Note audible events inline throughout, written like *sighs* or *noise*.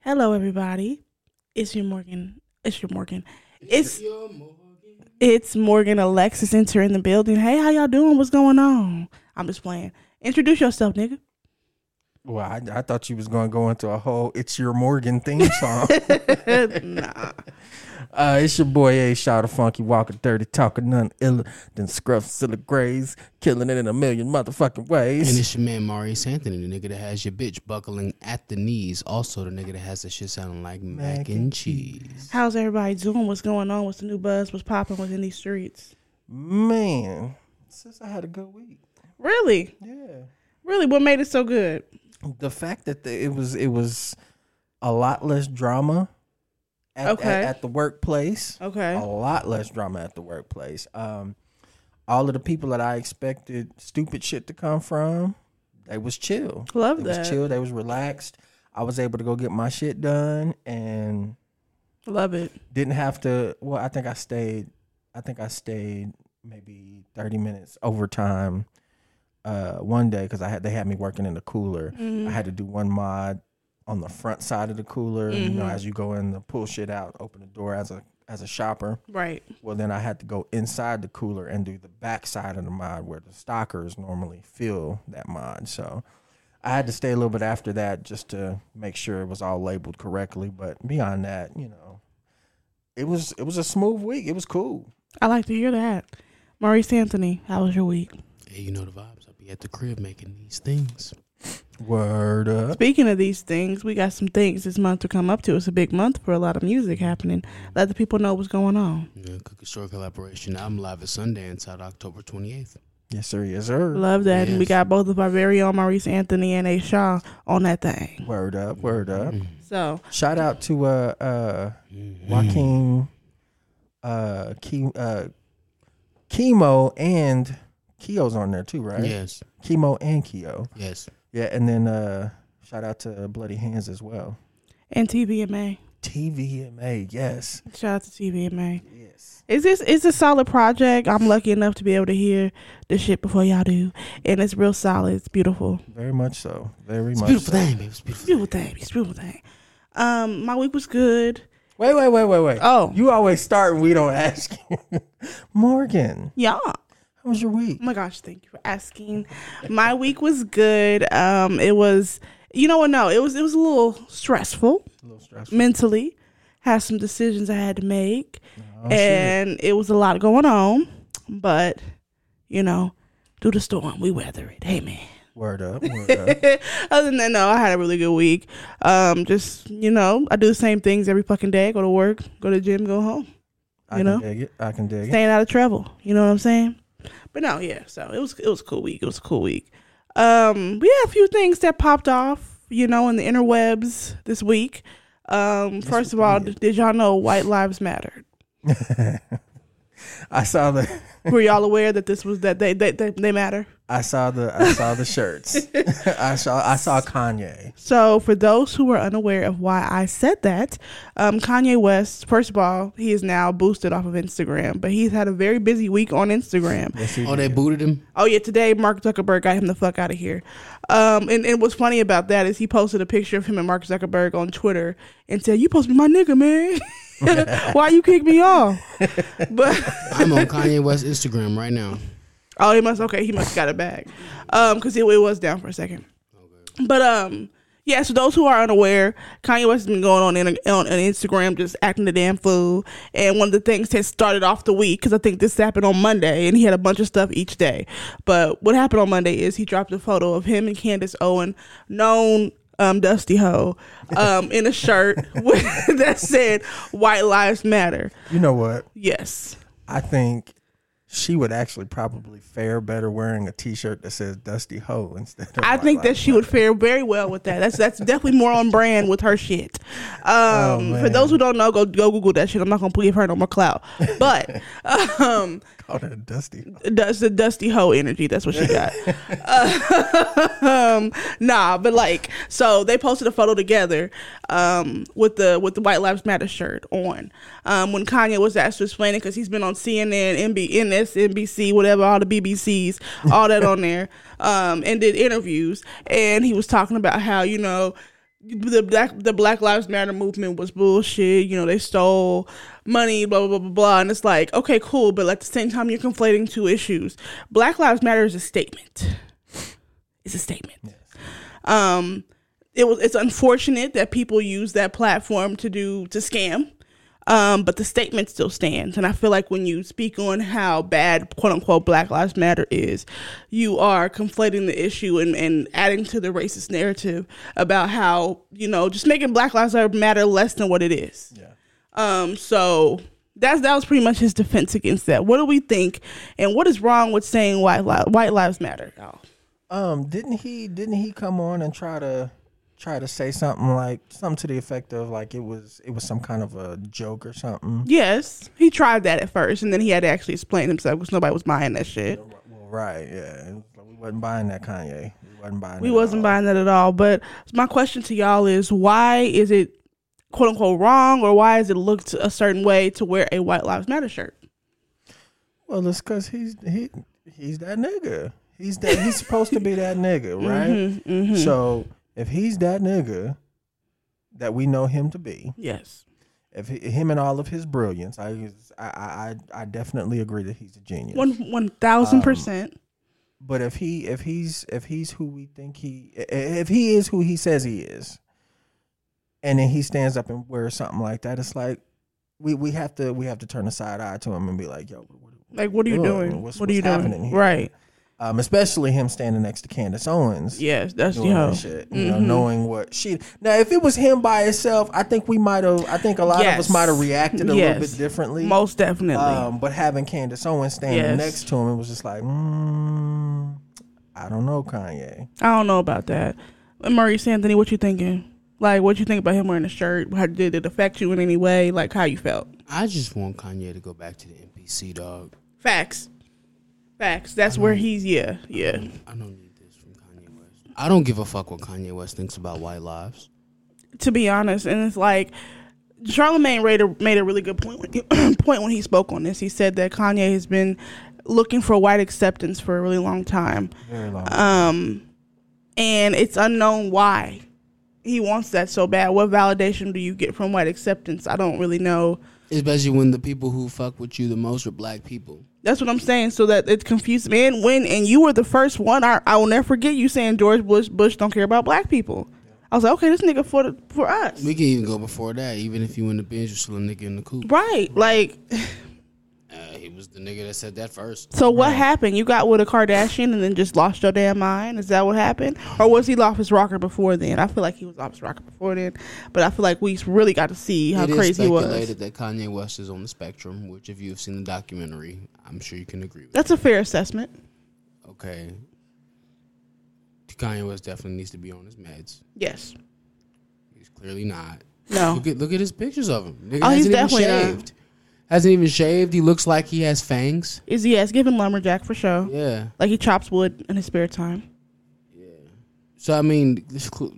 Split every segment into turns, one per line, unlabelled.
Hello, everybody. It's your Morgan. It's your Morgan. It's it's Morgan Alexis enter in the building. Hey, how y'all doing? What's going on? I'm just playing. Introduce yourself, nigga.
Well, I, I thought you was going to go into a whole "It's Your Morgan" theme song.
*laughs* nah.
uh, it's your boy A Shot of Funky Walker, dirty talking, none iller than Scruff Silla Grays, killing it in a million motherfucking
And
ways.
it's your man Maurice Anthony, the nigga that has your bitch buckling at the knees. Also, the nigga that has the shit sounding like mac,
Mac
and,
and
cheese.
How's everybody doing? What's going on? What's the new buzz? What's popping within these streets?
Man, since I had a good week,
Really,
yeah.
really, what made it so good?
The fact that the, it was it was a lot less drama at,
Okay.
at, at the workplace.
Okay,
a lot less drama at the workplace. Um, all of the people that I expected stupid shit to come from, they was chill.
Love
they
that.
was chill. They was relaxed. I was able to go get my shit done and
love it.
didn't have to. Well, I think I stayed. I think I stayed maybe thirty minutes overtime. Uh, one day because I had they had me working in the cooler. I
Mm-hmm.
had to do one mod on the front side of the cooler. You
Mm-hmm.
know, as you go in to pull shit out, open the door as a as a shopper.
Right.
Well, then I had to go inside the cooler and do the back side of the mod where the stockers normally fill that mod. So I had to stay a little bit after that just to make sure it was all labeled correctly. But beyond that, you know, it was it was a smooth week. It was cool.
I like to hear that. Maurice Anthony, how was your week?
Hey, you know the vibes. I'll be at the crib making these things.
Word up.
Speaking of these things, we got some things this month to come up to. It's a big month for a lot of music happening. Let the people know what's going on.
You know, Cookie Store collaboration. I'm live at Sundance out October 28th.
Yes sir. Yes sir.
Love that. And we
Yes.
got both of our very own Maurice Anthony and A. Shaw on that thing.
Word up. Word up.
Mm-hmm.
So
Shout out to uh uh Joaquin uh Ke- uh Chemo and Keo's on there too, right?
Yes,
Chemo and Keo.
yes.
Yeah, and then uh shout out to Bloody Hands as well.
and TVMA.
TVMA, yes.
Shout out to TVMA.
Yes.
Is this is a solid project? I'm lucky enough to be able to hear the shit before y'all do. And it's real solid. It's beautiful.
Very much so. Very
It's a
much
beautiful
so.
thing, baby. It's a beautiful.
Beautiful thing. It's a beautiful thing. Um, my week was good.
Wait, wait, wait, wait, wait.
Oh.
You always start and we don't ask you. *laughs* Morgan,
Yeah.
how was your week?
Oh my gosh, thank you for asking. My week was good. Um, it was, you know what? No, it was it was a little stressful
A little stressful.
mentally. Had some decisions I had to make,
Oh, shit.
and it was a lot going on. But you know, through the storm, we weather it. Amen.
Word up,
*laughs*
word up.
Other than that, no, I had a really good week. Um, just you know, I do the same things every fucking day. I go to work, go to the gym, go home.
I
You
can
know?
dig it. I can dig it.
staying out of trouble. You know what I'm saying? But no, yeah. So it was it was a cool week. It was a cool week. Um, we had a few things that popped off, you know, in the interwebs this week. Um, first of all, d- did y'all know White Lives Matter?
I saw the
Were y'all aware that this was that they they they, they matter?
I saw the I saw
*laughs*
the shirts. I saw I saw Kanye.
So, for those who are unaware of why I said that, um, Kanye West, first of all, he is now boosted off of Instagram, but he's had a very busy week on Instagram.
thing. Oh, they booted him.
Oh yeah, today Mark Zuckerberg got him the fuck out of here. Um, and, and what's funny about that is he posted a picture of him and Mark Zuckerberg on Twitter and said, "You supposed to be my nigga, man. *laughs* Why you kick me off?" But
I'm on Kanye West Instagram right now.
oh, he must okay, he must got it back, um, because it, it was down for a second. But um, yeah. So those who are unaware, Kanye West has been going on in, on, on Instagram just acting the damn fool. And one of the things that started off the week because I think this happened on Monday, and he had a bunch of stuff each day. But what happened on Monday is he dropped a photo of him and Candace Owen, known. Um, Dusty Ho, um, in a shirt *laughs* with, that said "White Lives Matter."
You know what?
Yes,
I think she would actually probably fare better wearing a T-shirt that says "Dusty Ho" instead. of
I
my
think that
life.
she would fare very well with that. That's that's definitely more on brand with her shit. Um, for
man.
those who don't know, go go Google that shit. I'm not gonna give her no more clout. *laughs* But um,
called her Dusty. Ho.
that's the dusty hoe energy. That's *laughs* what she got. um, *laughs* nah, but like, so they posted a photo together um, with the with the White Lives Matter shirt on. Um, when Kanye was asked to explain it, because he's been on CNN, MB, NBC, whatever, all the BBCs, *laughs* all that on there, um, and did interviews, and he was talking about how you know the black the Black Lives Matter movement was bullshit. You know, they stole money, blah blah blah blah blah. And it's like, okay, cool, but at the same time, you're conflating two issues. Black Lives Matter is a statement. It's a statement. Um, it was it's unfortunate that people use that platform to do to scam. Um, but the statement still stands, and I feel like when you speak on how bad "quote unquote" Black Lives Matter is, you are conflating the issue and, and adding to the racist narrative about how you know just making Black Lives Matter less than what it is.
Yeah.
Um, so that's that was pretty much his defense against that. What do we think, and what is wrong with saying white li- white lives matter? y'all?
Um, didn't he didn't he come on and try to try to say something like something to the effect of like it was it was some kind of a joke or something?
Yes, he tried that at first, and then he had to actually explain himself because nobody was buying that shit.
Well, right, yeah. It was like we wasn't buying that Kanye. We wasn't buying.
We
it at
wasn't
all.
buying that at all. But my question to y'all is, why is it quote unquote wrong, or why is it looked a certain way to wear a White Lives Matter shirt?
Well, it's because he's he he's that nigga. He's that he's supposed to be
*laughs*
that nigga,
Mm-hmm.
right? So if he's that nigga that we know him to be,
Yes.
if he, him and all of his brilliance, I I I, I definitely agree that he's a genius.
One one thousand
Um,
percent.
But if he if he's if he's who we think he i- if he is who he says he is, and then he stands up and wears something like that, it's like we we have to we have to turn a side eye to him and be like, yo, what,
Like, what are you
Good.
doing?
What's-
what are you
what's
doing?
happening here?
Right.
um, especially him standing next to Candace Owens.
Yes. That's
doing
yo. Mm-hmm.
that shit, you know, knowing what she. Now, if it was him by himself, I think we might have. I think a lot of
Yes.
us might have reacted a
Yes.
little bit differently.
Most definitely.
um, but having Candace Owens standing
Yes.
next to him, it was just like, mm, I don't know, Kanye.
I don't know about that. Maurice Anthony, what you thinking? Like, what you think about him wearing a shirt? How did it affect you in any way? Like, how you felt?
I just want Kanye to go back to the NPC, dog.
Facts. Facts. That's where he's yeah, yeah.
I don't need this from Kanye West. I don't give a fuck what Kanye West thinks about white lives.
to be honest. And it's like Charlemagne made a, made a really good point when, point when he *clears throat* spoke on this. He said that Kanye has been looking for white acceptance for a really long time, Um,
Very long.
and it's unknown why he wants that so bad. What validation do you get from white acceptance? I don't really know.
Especially when the people who fuck with you the most are black people.
That's what I'm saying. So that it confused me. And when and you were the first one, I, I will never forget you saying George Bush Bush don't care about black people. I was like, okay, this nigga for the, for us.
We can even go before that. Even if you in the bench, you're still a nigga in the coop.
Right, like, *sighs*
Uh, he was the nigga that said that first.
so what happened? You got with a Kardashian and then just lost your damn mind? Is that what happened? Or was he off his rocker before then? I feel like he was off his rocker before then, but I feel like we really got to see how
It is
crazy he was.
speculated that Kanye West is on the spectrum, which if you've seen the documentary, I'm sure you can agree with.
That's a fair assessment.
Okay. Kanye West definitely needs to be on his meds.
Yes.
He's clearly not.
No.
Look at look at his pictures of him. Nigga
Oh,
hasn't
he's
even
definitely not.
shaved. Hasn't even shaved. He looks like he has fangs.
Is yes? Give him lumberjack for sure.
Yeah.
Like he chops wood in his spare time.
So I mean, this cl-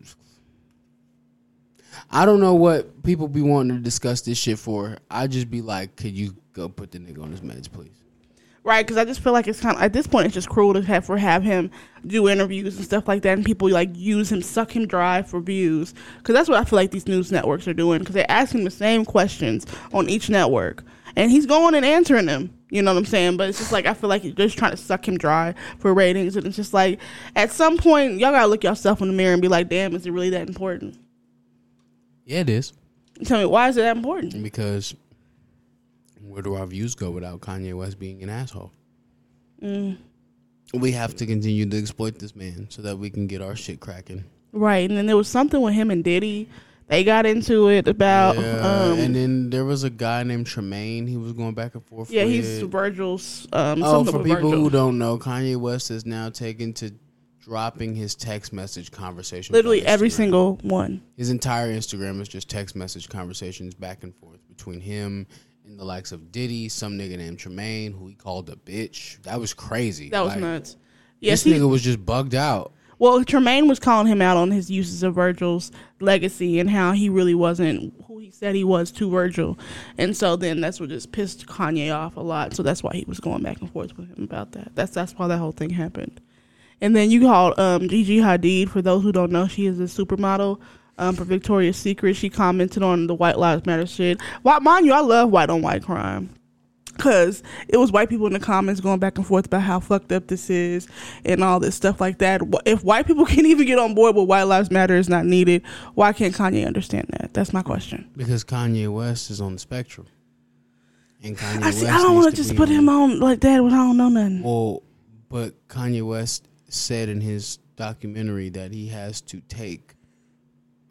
I don't know what people be wanting to discuss this shit for. I just be like, could you go put the nigga on his meds, please?
Right, because I just feel like it's kind of at this point it's just cruel to have for have him do interviews and stuff like that, and people like use him, suck him dry for views. Because that's what I feel like these news networks are doing. Because they ask him the same questions on each network, and he's going and answering them. You know what I'm saying? But it's just like I feel like you're just trying to suck him dry for ratings, and it's just like at some point y'all gotta look yourself in the mirror and be like, damn, is it really that important?
Yeah, it is
Tell me why is it that important?
Mm. because where do our views go without Kanye West being an asshole? Mm. We have to continue to exploit this man so that we can get our shit cracking.
Right, and then there was something with him and Diddy. They got into it about
Yeah,
um,
and then there was a guy named Tremaine. He was going back and forth.
Yeah,
with.
he's Virgil's. Um,
Oh,
something
for
with
people
Virgil.
who don't know, Kanye West is now taken to dropping his text message conversations. on
literally every
Instagram.
single one.
His entire Instagram is just text message conversations back and forth between him and the likes of Diddy, some nigga named Tremaine, who he called a bitch. That was crazy.
That was
Like,
nuts. Yes,
this
he,
nigga was just bugged out.
well, Tremaine was calling him out on his uses of Virgil's legacy and how he really wasn't who he said he was to Virgil, and so then that's what just pissed Kanye off a lot. So that's why he was going back and forth with him about that. That's that's why that whole thing happened. And then you called um, Gigi Hadid. For those who don't know, she is a supermodel. um, for Victoria's Secret. She commented on the White Lives Matter shit. Why, mind you, I love white on white crime. Cause it was white people in the comments going back and forth about how fucked up this is and all this stuff like that. Wh- If white people *laughs* can't even get on board with White Lives Matter is not needed, why can't Kanye understand that? That's my question.
Because Kanye West is on the spectrum. And Kanye
I
West
see. I don't want
needs
to just
be
put
on-
him on like that when I don't know nothing.
Well, but Kanye West said in his documentary that he has to take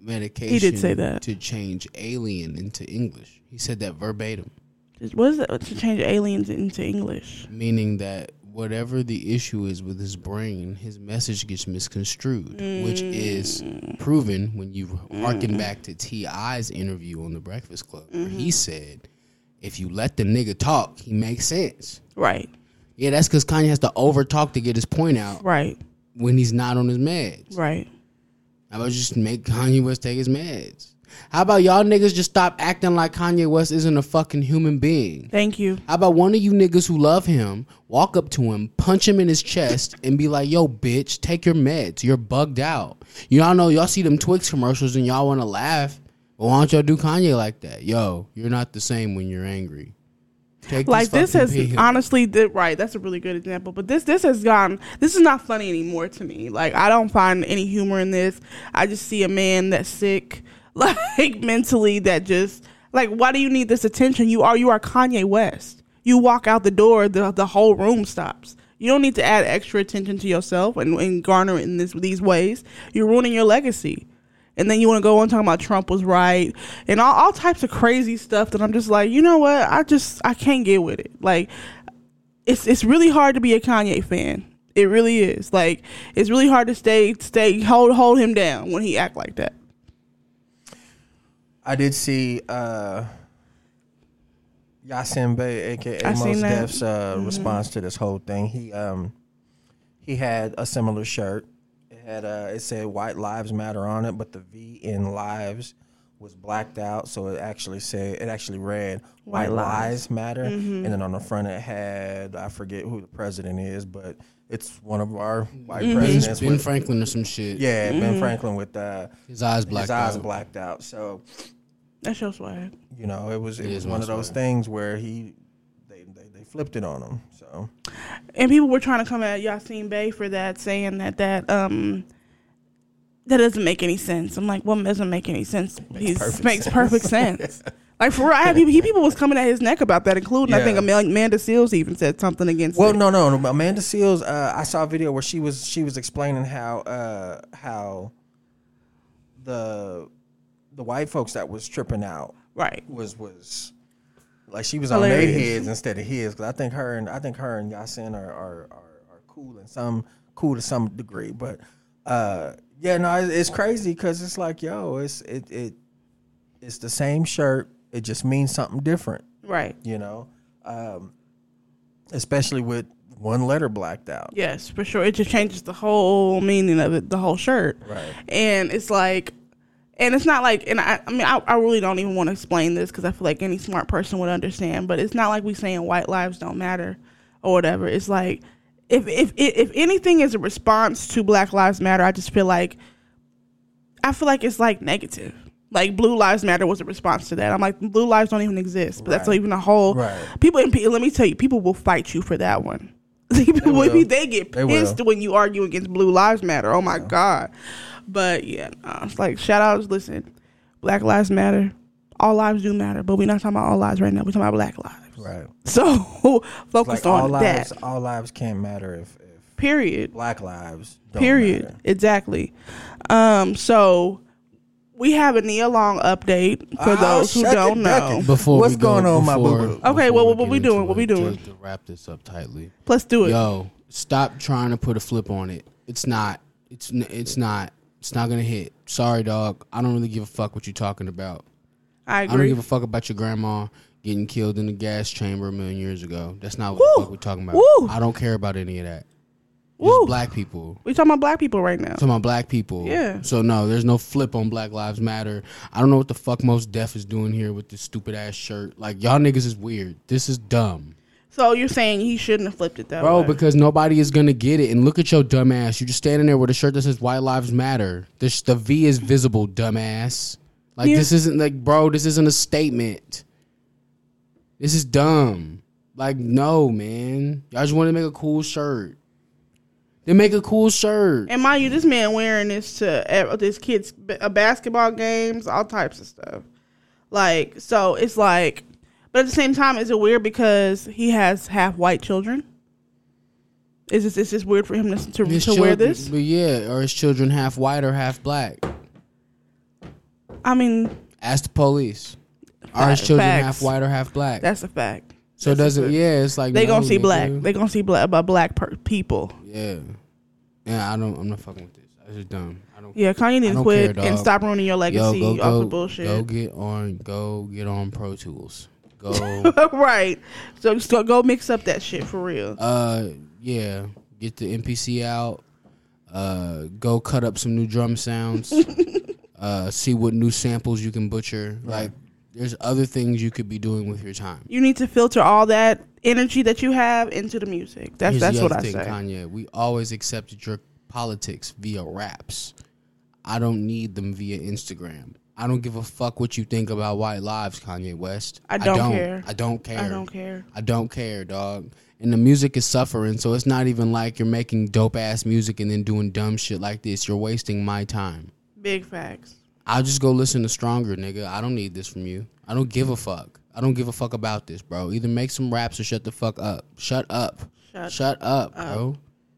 medication
say that.
to change alien into English. He said that verbatim,
Just- What is that to change aliens into English?
meaning that whatever the issue is with his brain, his message gets misconstrued, which
Mm.
is proven when you harken back to T.I.'s interview on The Breakfast Club, where
Mm-hmm.
he said, if you let the nigga talk, he makes sense.
Right,
Yeah, that's because Kanye has to over talk to get his point out
right,
when he's not on his meds.
right.
How about just make Kanye West take his meds? How about y'all niggas just stop acting like Kanye West isn't a fucking human being?
Thank you.
How about one of you niggas who love him walk up to him, punch him in his chest, and be like, yo, bitch, take your meds. You're bugged out. Y'all know y'all see them Twix commercials and y'all wanna laugh. But why don't y'all do Kanye like that? Yo, you're not the same when you're angry. Take
like this
fucking
has
pill.
honestly did right that's a really good example but this this has gone this is not funny anymore to me like i don't find any humor in this i just see a man that's sick *laughs* like mentally that just like why do you need this attention you are you are kanye west you walk out the door the, the whole room stops you don't need to add extra attention to yourself and, and garner in this these ways you're ruining your legacy and then you want to go on talking about Trump was right and all, all types of crazy stuff that I'm just like, you know what? I just I can't get with it. Like it's it's really hard to be a Kanye fan. It really is. Like it's really hard to stay stay hold hold him down when he act like that.
I did see uh Yasin Bey, aka
I seen
Most
that. Mm-hmm.
Def's uh, response to this whole thing. He um he had a similar shirt. It had uh it said White Lives Matter on it, but the V in lives was blacked out, so it actually said it actually read White, Lives, Matter.
Mm-hmm.
And then on the front it had I forget who the president is, but it's one of our white
Mm-hmm.
presidents
Ben
with
Franklin or some shit.
yeah, Ben Franklin with uh
His eyes black.
his eyes
out.
blacked out. So
That's your swag.
you know, it was it,
is
was
my
one of those
story.
things where he they, they, they flipped it on him. So
and people were trying to come at Yassine Bey for that, saying that that um that doesn't make any sense. I'm like, well, it doesn't make any sense. He
perfect
makes perfect sense.
*laughs*
Like for real, I had people. He people was coming at his neck about that, including I think
Yeah.
Amel- Amanda Seals even said something against.
well,
it.
no, no, no. Amanda Seals. Uh, I saw a video where she was she was explaining how uh, how the the white folks that was tripping out
right?
was was like she was on
Hilarious.
their heads instead of his. Because I think her and I think her and Yasin are are, are are cool in some cool to some degree. But uh, yeah, no, it- it's crazy because it's like yo, it's it it it's the same shirt. It just means something different,
Right.
you know. Um, especially with one letter blacked out.
Yes, for sure. It just changes the whole meaning of it, the whole shirt.
Right.
And it's like, and it's not like, and I, I mean, I, I really don't even want to explain this because I feel like any smart person would understand. But it's not like we saying white lives don't matter or whatever. It's like, if if if if anything is a response to Black Lives Matter, I just feel like I feel like it's like negative. Like Blue Lives Matter was a response to that. I'm like, Blue Lives don't even exist, but that's
Right.
even a whole
Right.
people. And pe- let me tell you, people will fight you for that one. *laughs* people will.
will.
they get
They will.
pissed when you argue against Blue Lives Matter. Oh my god! But yeah, nah, it's like shout outs. Listen, Black Lives Matter. All lives do matter, but we're not talking about all lives right now. We're talking about Black lives.
Right.
So *laughs* focus
Like all
on
lives,
that.
all lives can't matter if, if
Period.
black lives. Don't
Period.
matter.
Exactly. Um, so we have a Nia Long update for
Oh,
those who
shut
don't
it, Becky.
know.
Before
What's
we go-
going on, my
before-
boo-boo?
Okay,
before
well, what
get
we
into
doing? What
it,
we doing?
To, to wrap this up tightly,
Let's do it.
yo, stop trying to put a flip on it. It's not. It's n- it's not. It's not gonna hit. Sorry, dog. I don't really give a fuck what you're talking about.
I
I don't
agree.
give a fuck about your grandma getting killed in the gas chamber a million years ago. That's not what the
Woo!
fuck we're talking about.
Woo!
I don't care about any of that.
Woo.
It's black people.
we talking about black people right now.
To my black people.
Yeah.
So no, there's no flip on Black Lives Matter. I don't know what the fuck most deaf is doing here with this stupid ass shirt. Like y'all niggas is weird. This is dumb.
So you're saying he shouldn't have flipped it that
Bro,
way.
because nobody is gonna get it. And look at your dumb ass. You just standing there with a shirt that says "White Lives Matter." The sh- the V is visible, dumbass. Like
Yeah.
this isn't like, bro. This isn't a statement. This is dumb. Like no, man. Y'all just want to make a cool shirt. Then make a cool shirt.
and mind you, this man wearing this to ev- this kids b- uh, basketball games, all types of stuff. Like so, it's like, but at the same time, is it weird because he has half white children? Is this is this weird for him to to,
His
to wear
children-
this?
But yeah, or his children half white or half black.
I mean,
Ask the police. Are his children half
Facts.
white or half black?
that's a fact.
so it doesn't yeah, it's like
They
no,
gonna see black.
nigga.
They gonna see black about black per- people.
Yeah. Yeah, I don't I'm not fucking with this. This is dumb. I don't
Yeah, Kanye
I
didn't
don't
quit
care,
and
dog.
stop ruining your legacy
go,
off
go,
of bullshit.
Go get on go get on Pro Tools. Go
*laughs* *laughs* right. So just go, go mix up that shit for real.
uh yeah. Get the NPC out. Uh go cut up some new
*laughs*
drum sounds. uh see what new samples you can butcher. Like there's other things you could be doing with your time.
You need to filter all that energy that you have into the music. That's
Here's
that's
the
what
other
I
thing,
say.
Kanye. We always accepted your politics via raps. I don't need them via Instagram. I don't give a fuck what you think about white lives, Kanye West.
I don't care.
I don't care.
I don't care.
I don't care, dog. And the music is suffering, so it's not even like you're making dope ass music and then doing dumb shit like this. You're wasting my time.
Big facts.
I'll just go listen to Stronger, nigga. I don't need this from you. I don't give a fuck. I don't give a fuck about this, bro. Either make some raps or shut the fuck up. Shut up.
Shut
up, bro.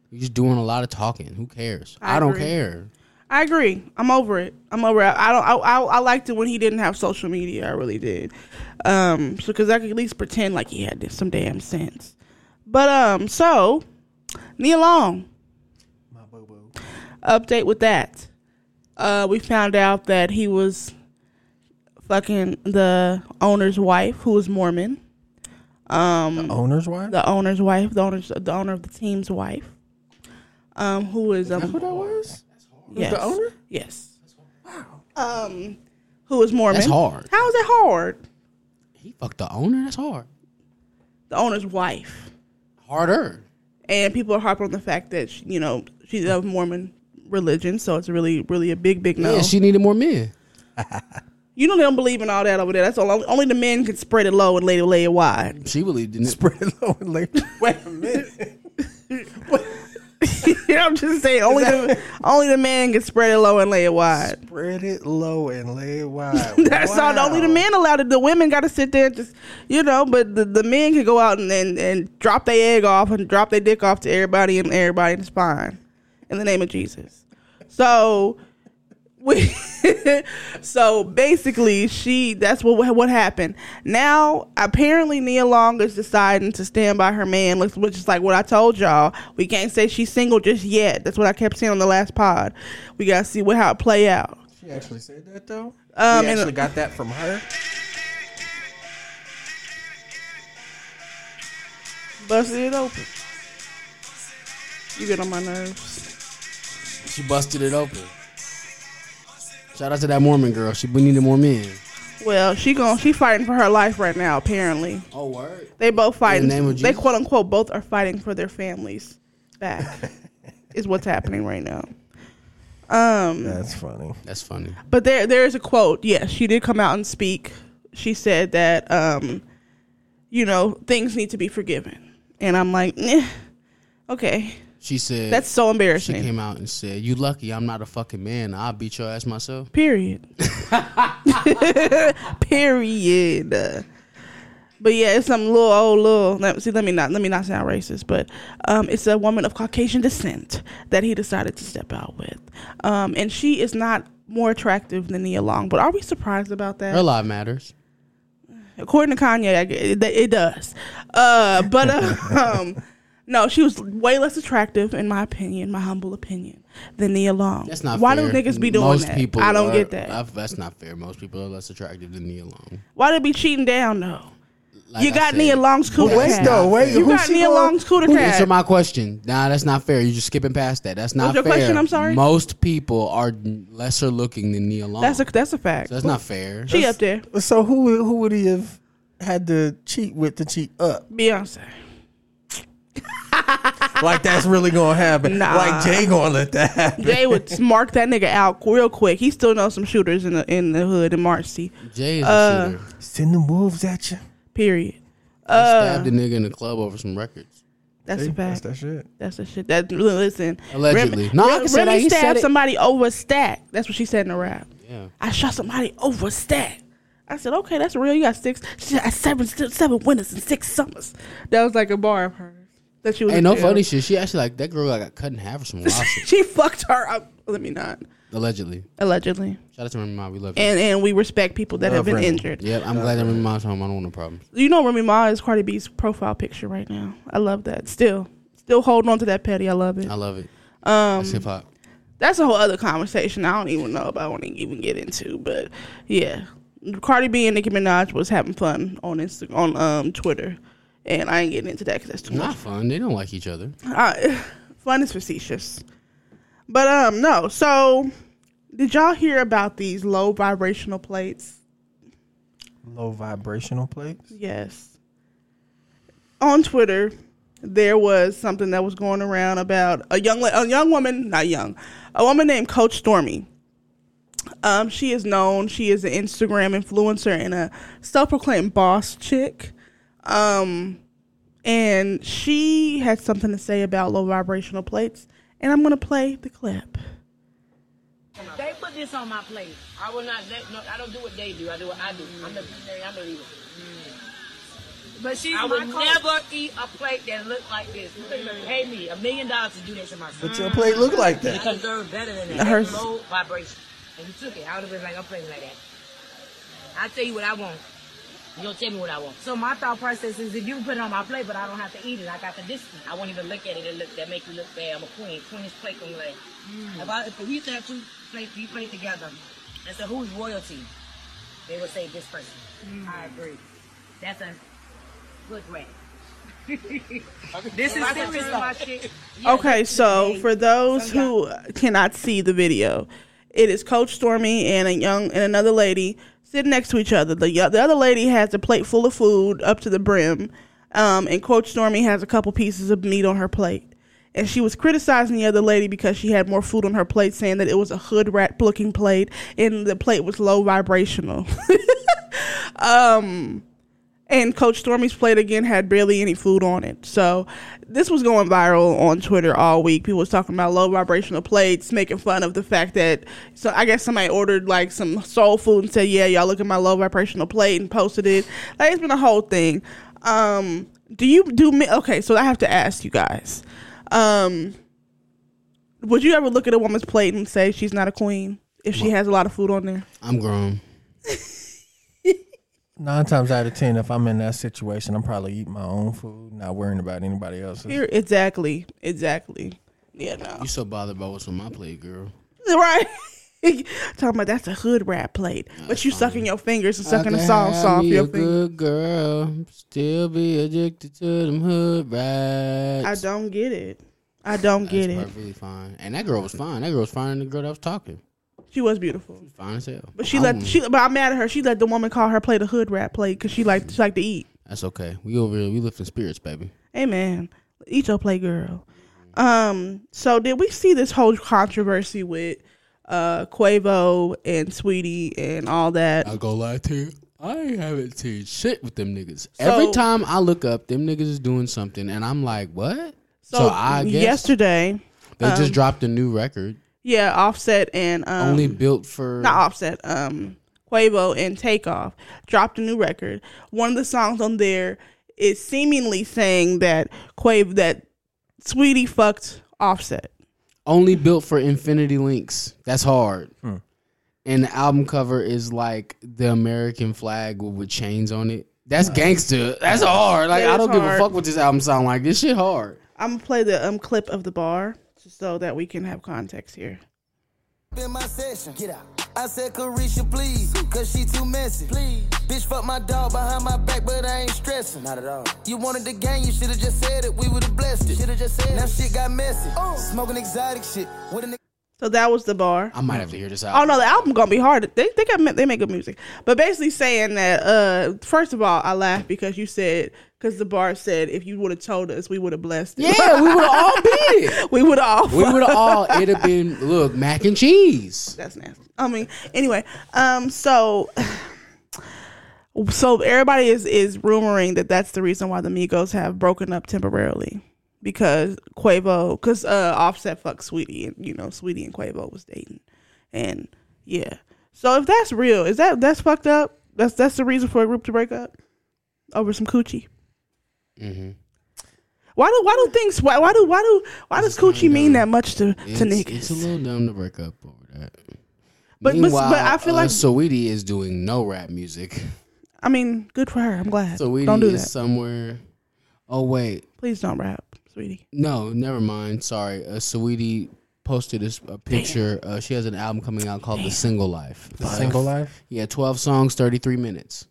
You're just doing a lot of talking. Who cares? I,
I
don't
agree.
care. I
I agree. I'm over it. I'm over it. I don't. I, I, I liked it when he didn't have social media. I really did. Um, so because I could at least pretend like he had some damn sense. But um, so Neil Long,
My boo boo.
update with that. Uh, we found out that he was fucking the owner's wife, who was Mormon. Um,
Owner's wife.
the owner's wife, the owner's the owner of the team's wife, um, who is um,
That's who that was?
yes,
The owner?
yes, wow, um, who is Mormon?
That's hard.
How is that hard?
He fucked the owner. That's hard.
The owner's wife,
Harder.
and people are harping on the fact that she, you know she's of Mormon religion, so it's really, really a big, big no.
Yeah, she needed more men.
you know they don't believe in all that over there. That's all. Only the men can spread it low and lay lay it wide. *laughs*
She believed in
*laughs*
it.
Spread *laughs* low and lay. Wait a minute.
I'm just saying, only the only the man can spread it low and lay it wide.
Spread it low and lay it wide. *laughs*
*laughs* That's all. Only the men allowed it. The women got to sit there, and just you know. But the, the men can go out and, and, and drop their egg off and drop their dick off to everybody and everybody is fine, in the name of Jesus. So, *laughs* we, so basically, she that's what what happened. Now, apparently, Nia Long is deciding to stand by her man, which- which is like what I told y'all. We can't say she's single just yet. That's what I kept saying on the last pod. We gotta see what how it play out.
She actually said that though.
Um,
we
and-
actually got that from her.
Busted it open. You get on my nerves.
She busted it open. Shout out to that Mormon girl. She we needed more men.
Well, she gon' she fighting for her life right now. Apparently,
Oh word.
they both fighting.
name of
they
Jesus.
quote unquote both are fighting for their families
*laughs*
back. is what's happening right now. Um,
That's funny.
That's funny.
but there there is a quote. Yes, she did come out and speak. She said that um, you know things need to be forgiven, and I'm like, "Neh, okay,
She said
that's so
she
embarrassing.
came out and said, You lucky I'm not a fucking man. I'll beat your ass myself. *laughs*
Period. Period. But yeah, it's some little old little. Let, see, let me not let me not sound racist, but um, it's a woman of Caucasian descent that he decided to step out with, um, and she is not more attractive than Nia Long. But are we surprised about that?
Her life matters.
According to Kanye, I gue- it, it does. Uh, but
*laughs*
um, no, she was way less attractive, in my opinion, my humble opinion, than Nia Long.
That's not
why
fair.
do niggas be doing
Most
that?
People
I don't
are-
get that.
I- that's not fair. Most people are less attractive than Nia Long.
Why they be cheating down though?
Like
you
I
got
said-
Nia Long's cooler
Wait,
cat.
though, wait,
you
who's
got
she
Nia
going-
Long's cooler
Who- Answer
cat.
my question. Nah, that's not fair. You're just skipping past that. That's not
was your
fair.
question? I'm sorry.
Most people are lesser looking than Nia Long.
that's a that's a fact.
that's not fair.
she up there.
So who would- who would he have had to cheat with to cheat *laughs* up.
Beyonce.
Like that's really gonna happen.
Nah.
Like Jay gonna let that happen.
*laughs*
Jay would mark that nigga out real quick. He still knows some shooters in the in the hood in Marcy.
Jay is
Uh,
a shooter.
*laughs* Send them wolves at you.
Period.
He
uh,
stabbed a nigga in the club over some records.
That's
See,
a
that's
fact.
that shit.
That's the shit. That listen.
Allegedly.
Rem,
No, I
Rem-
can say that.
Remy
He said
stabbed
it.
somebody over a stack. That's what she said in the rap.
Yeah.
I shot somebody over a stack. I said, okay, that's real. You got six. She had seven, seven winters and six summers. That was like a bar of hers that she was.
Ain't
in
no
jail.
funny shit. She actually like that girl. I got cut in half or some wild
*laughs*
shit.
she fucked her up. Let me not
Allegedly.
allegedly.
Shout out to Remy Ma. We love you.
And Uh, and we respect people that have
Love
been
Remy.
injured.
Yep, I'm glad Remy Ma's home. I don't want no problems.
You know Remy Ma is Cardi B's profile picture right now. I love that. Still, still holding on to that petty. I love it.
I love it.
Um,
It's hip hop.
that's a whole other conversation. I don't even know if I want to even get into, but yeah, Cardi B and Nicki Minaj was having fun on Insta- on um Twitter, and I ain't getting into that because that's too
Not
much.
fun. They don't like each other.
I, *sighs* fun is facetious, but um no. So did y'all hear about these low vibrational plates?
Low vibrational plates.
Yes. On Twitter, there was something that was going around about a young la- a young woman, not young, a woman named Coach Stormy. Um, she is known. She is an Instagram influencer and a self-proclaimed boss chick. Um, and she had something to say about low vibrational plates. And I'm gonna play the clip.
They put this on my plate. I will not. They, no, I don't do what they do. I do what I do. I'm a vegetarian. I'm a vegan.
But she's
I
my
would
coach.
never eat a plate that looked like this. You think they pay me a million dollars to do that to myself.
But your plate look like
I
that.
deserve better than that.
Her-
That's low vibration. And you took it. I would have been like, I'm playing like that. I tell you what I want. You don't tell me what I want. So my thought process is, if you put it on my plate, but I don't have to eat it, I got the distance. I won't even look at it. It look that make you look bad. I'm a queen. Queen is plate on like. If, I, if we used to have two plates, we played together. And so who's royalty? They would say this person. I agree. That's a good way. *laughs* this is serious though.
Okay, so for those who cannot see the video, it is Coach Stormy and a young and another lady sitting next to each other. The yo- the other lady has a plate full of food up to the brim, um, and Coach Stormy has a couple pieces of meat on her plate. And she was criticizing the other lady because she had more food on her plate, saying that it was a hood rat looking plate and the plate was low vibrational. *laughs* And Coach Stormy's plate again had barely any food on it. So this was going viral on Twitter all week. People was talking about low vibrational plates, making fun of the fact that so I guess somebody ordered like some soul food and said, Yeah, y'all look at my low vibrational plate and posted it. Like it's been a whole thing. Um do you do me okay, so I have to ask you guys. Um would you ever look at a woman's plate and say she's not a queen if she has a lot of food on there?
I'm grown.
Nine times out of ten, if I'm in that situation, I'm probably eating my own food, not worrying about anybody else's.
Here exactly. Exactly. Yeah, no.
You so bothered by what's on my plate, girl.
*laughs* right? Talking about that's a hood rat plate, but you sucking your fingers and sucking
I
the
could
sauce
have
off
me
your
a
fingers.
Ah, good girl, still be addicted to them hood rats.
I don't get it. I don't get
That's
it.
perfectly fine. And that girl was fine. That girl was fine. And the girl that was talking,
She was beautiful,
fine as hell.
but she
I
let
wouldn't-
she. But I'm mad at her. She let the woman call her plate a hood rat plate because she liked she liked to eat.
That's okay. We over here. We lifting spirits, baby.
Amen. Eat your plate, girl. Um. So did we see this whole controversy with uh Quavo and Sweetie and all that?
I go lie to you. I ain't haven't seen shit with them niggas. Every time I look up, them niggas is doing something, and I'm like, what? So, I guess
yesterday, um,
they just dropped a new record,
yeah, Offset and um,
only built for.
not Offset, um, Quavo and Takeoff dropped a new record. One of the songs on there is seemingly saying that Quavo that Sweetie fucked Offset.
only built for Infinity Links. That's hard.
Hmm.
And the album cover is like the American flag with, with chains on it. That's gangster. That's hard. Like
That
I
is
don't give a
hard.
fuck what this album sound like. This shit hard.
I'm gonna play the um clip of the bar so that we can have context here.
in my session. Get out. I said, Carisha, please, cause she too messy. Please. Bitch, fuck my dog behind my back, but I ain't stressing. Not at all. You wanted the gang, you should've Oh. just said it. We would've blessed it. Should've just said now it. Now shit got messy. Smoking exotic shit. With a nigga
So that was the bar.
I might have to hear this out.
Oh no, the album gonna be hard. They think I meant they make good music, but basically saying that. Uh, first of all, I laughed because you said because the bar said if you would have told us, we would have blessed. It.
Yeah, we would have all beat
*laughs*
it.
we would all.
*laughs* We would have all. It'd have been look mac and cheese.
That's nasty. I mean, anyway. Um, so. *sighs* So everybody is is rumoring that that's the reason why the Migos have broken up temporarily because Quavo, because uh, Offset fucked Sweetie, and you know Sweetie and Quavo was dating, and yeah. So if that's real, is that that's fucked up? That's that's the reason for a group to break up over some coochie.
Mm-hmm.
Why do why do things why why do why do why does coochie mean that much to
It's,
to
it's a
niggas?
little dumb to break up over that.
But, but but I feel
uh,
like
Saweetie is doing no rap music.
I mean good for her. I'm glad.
Saweetie
don't do
is
that.
somewhere. Oh wait,
Please don't rap, sweetie.
no, never mind. Sorry, uh, Saweetie posted a, s- a picture. Uh, she has an album coming out called The Single Life.
The single life.
Yeah, twelve songs, thirty three minutes.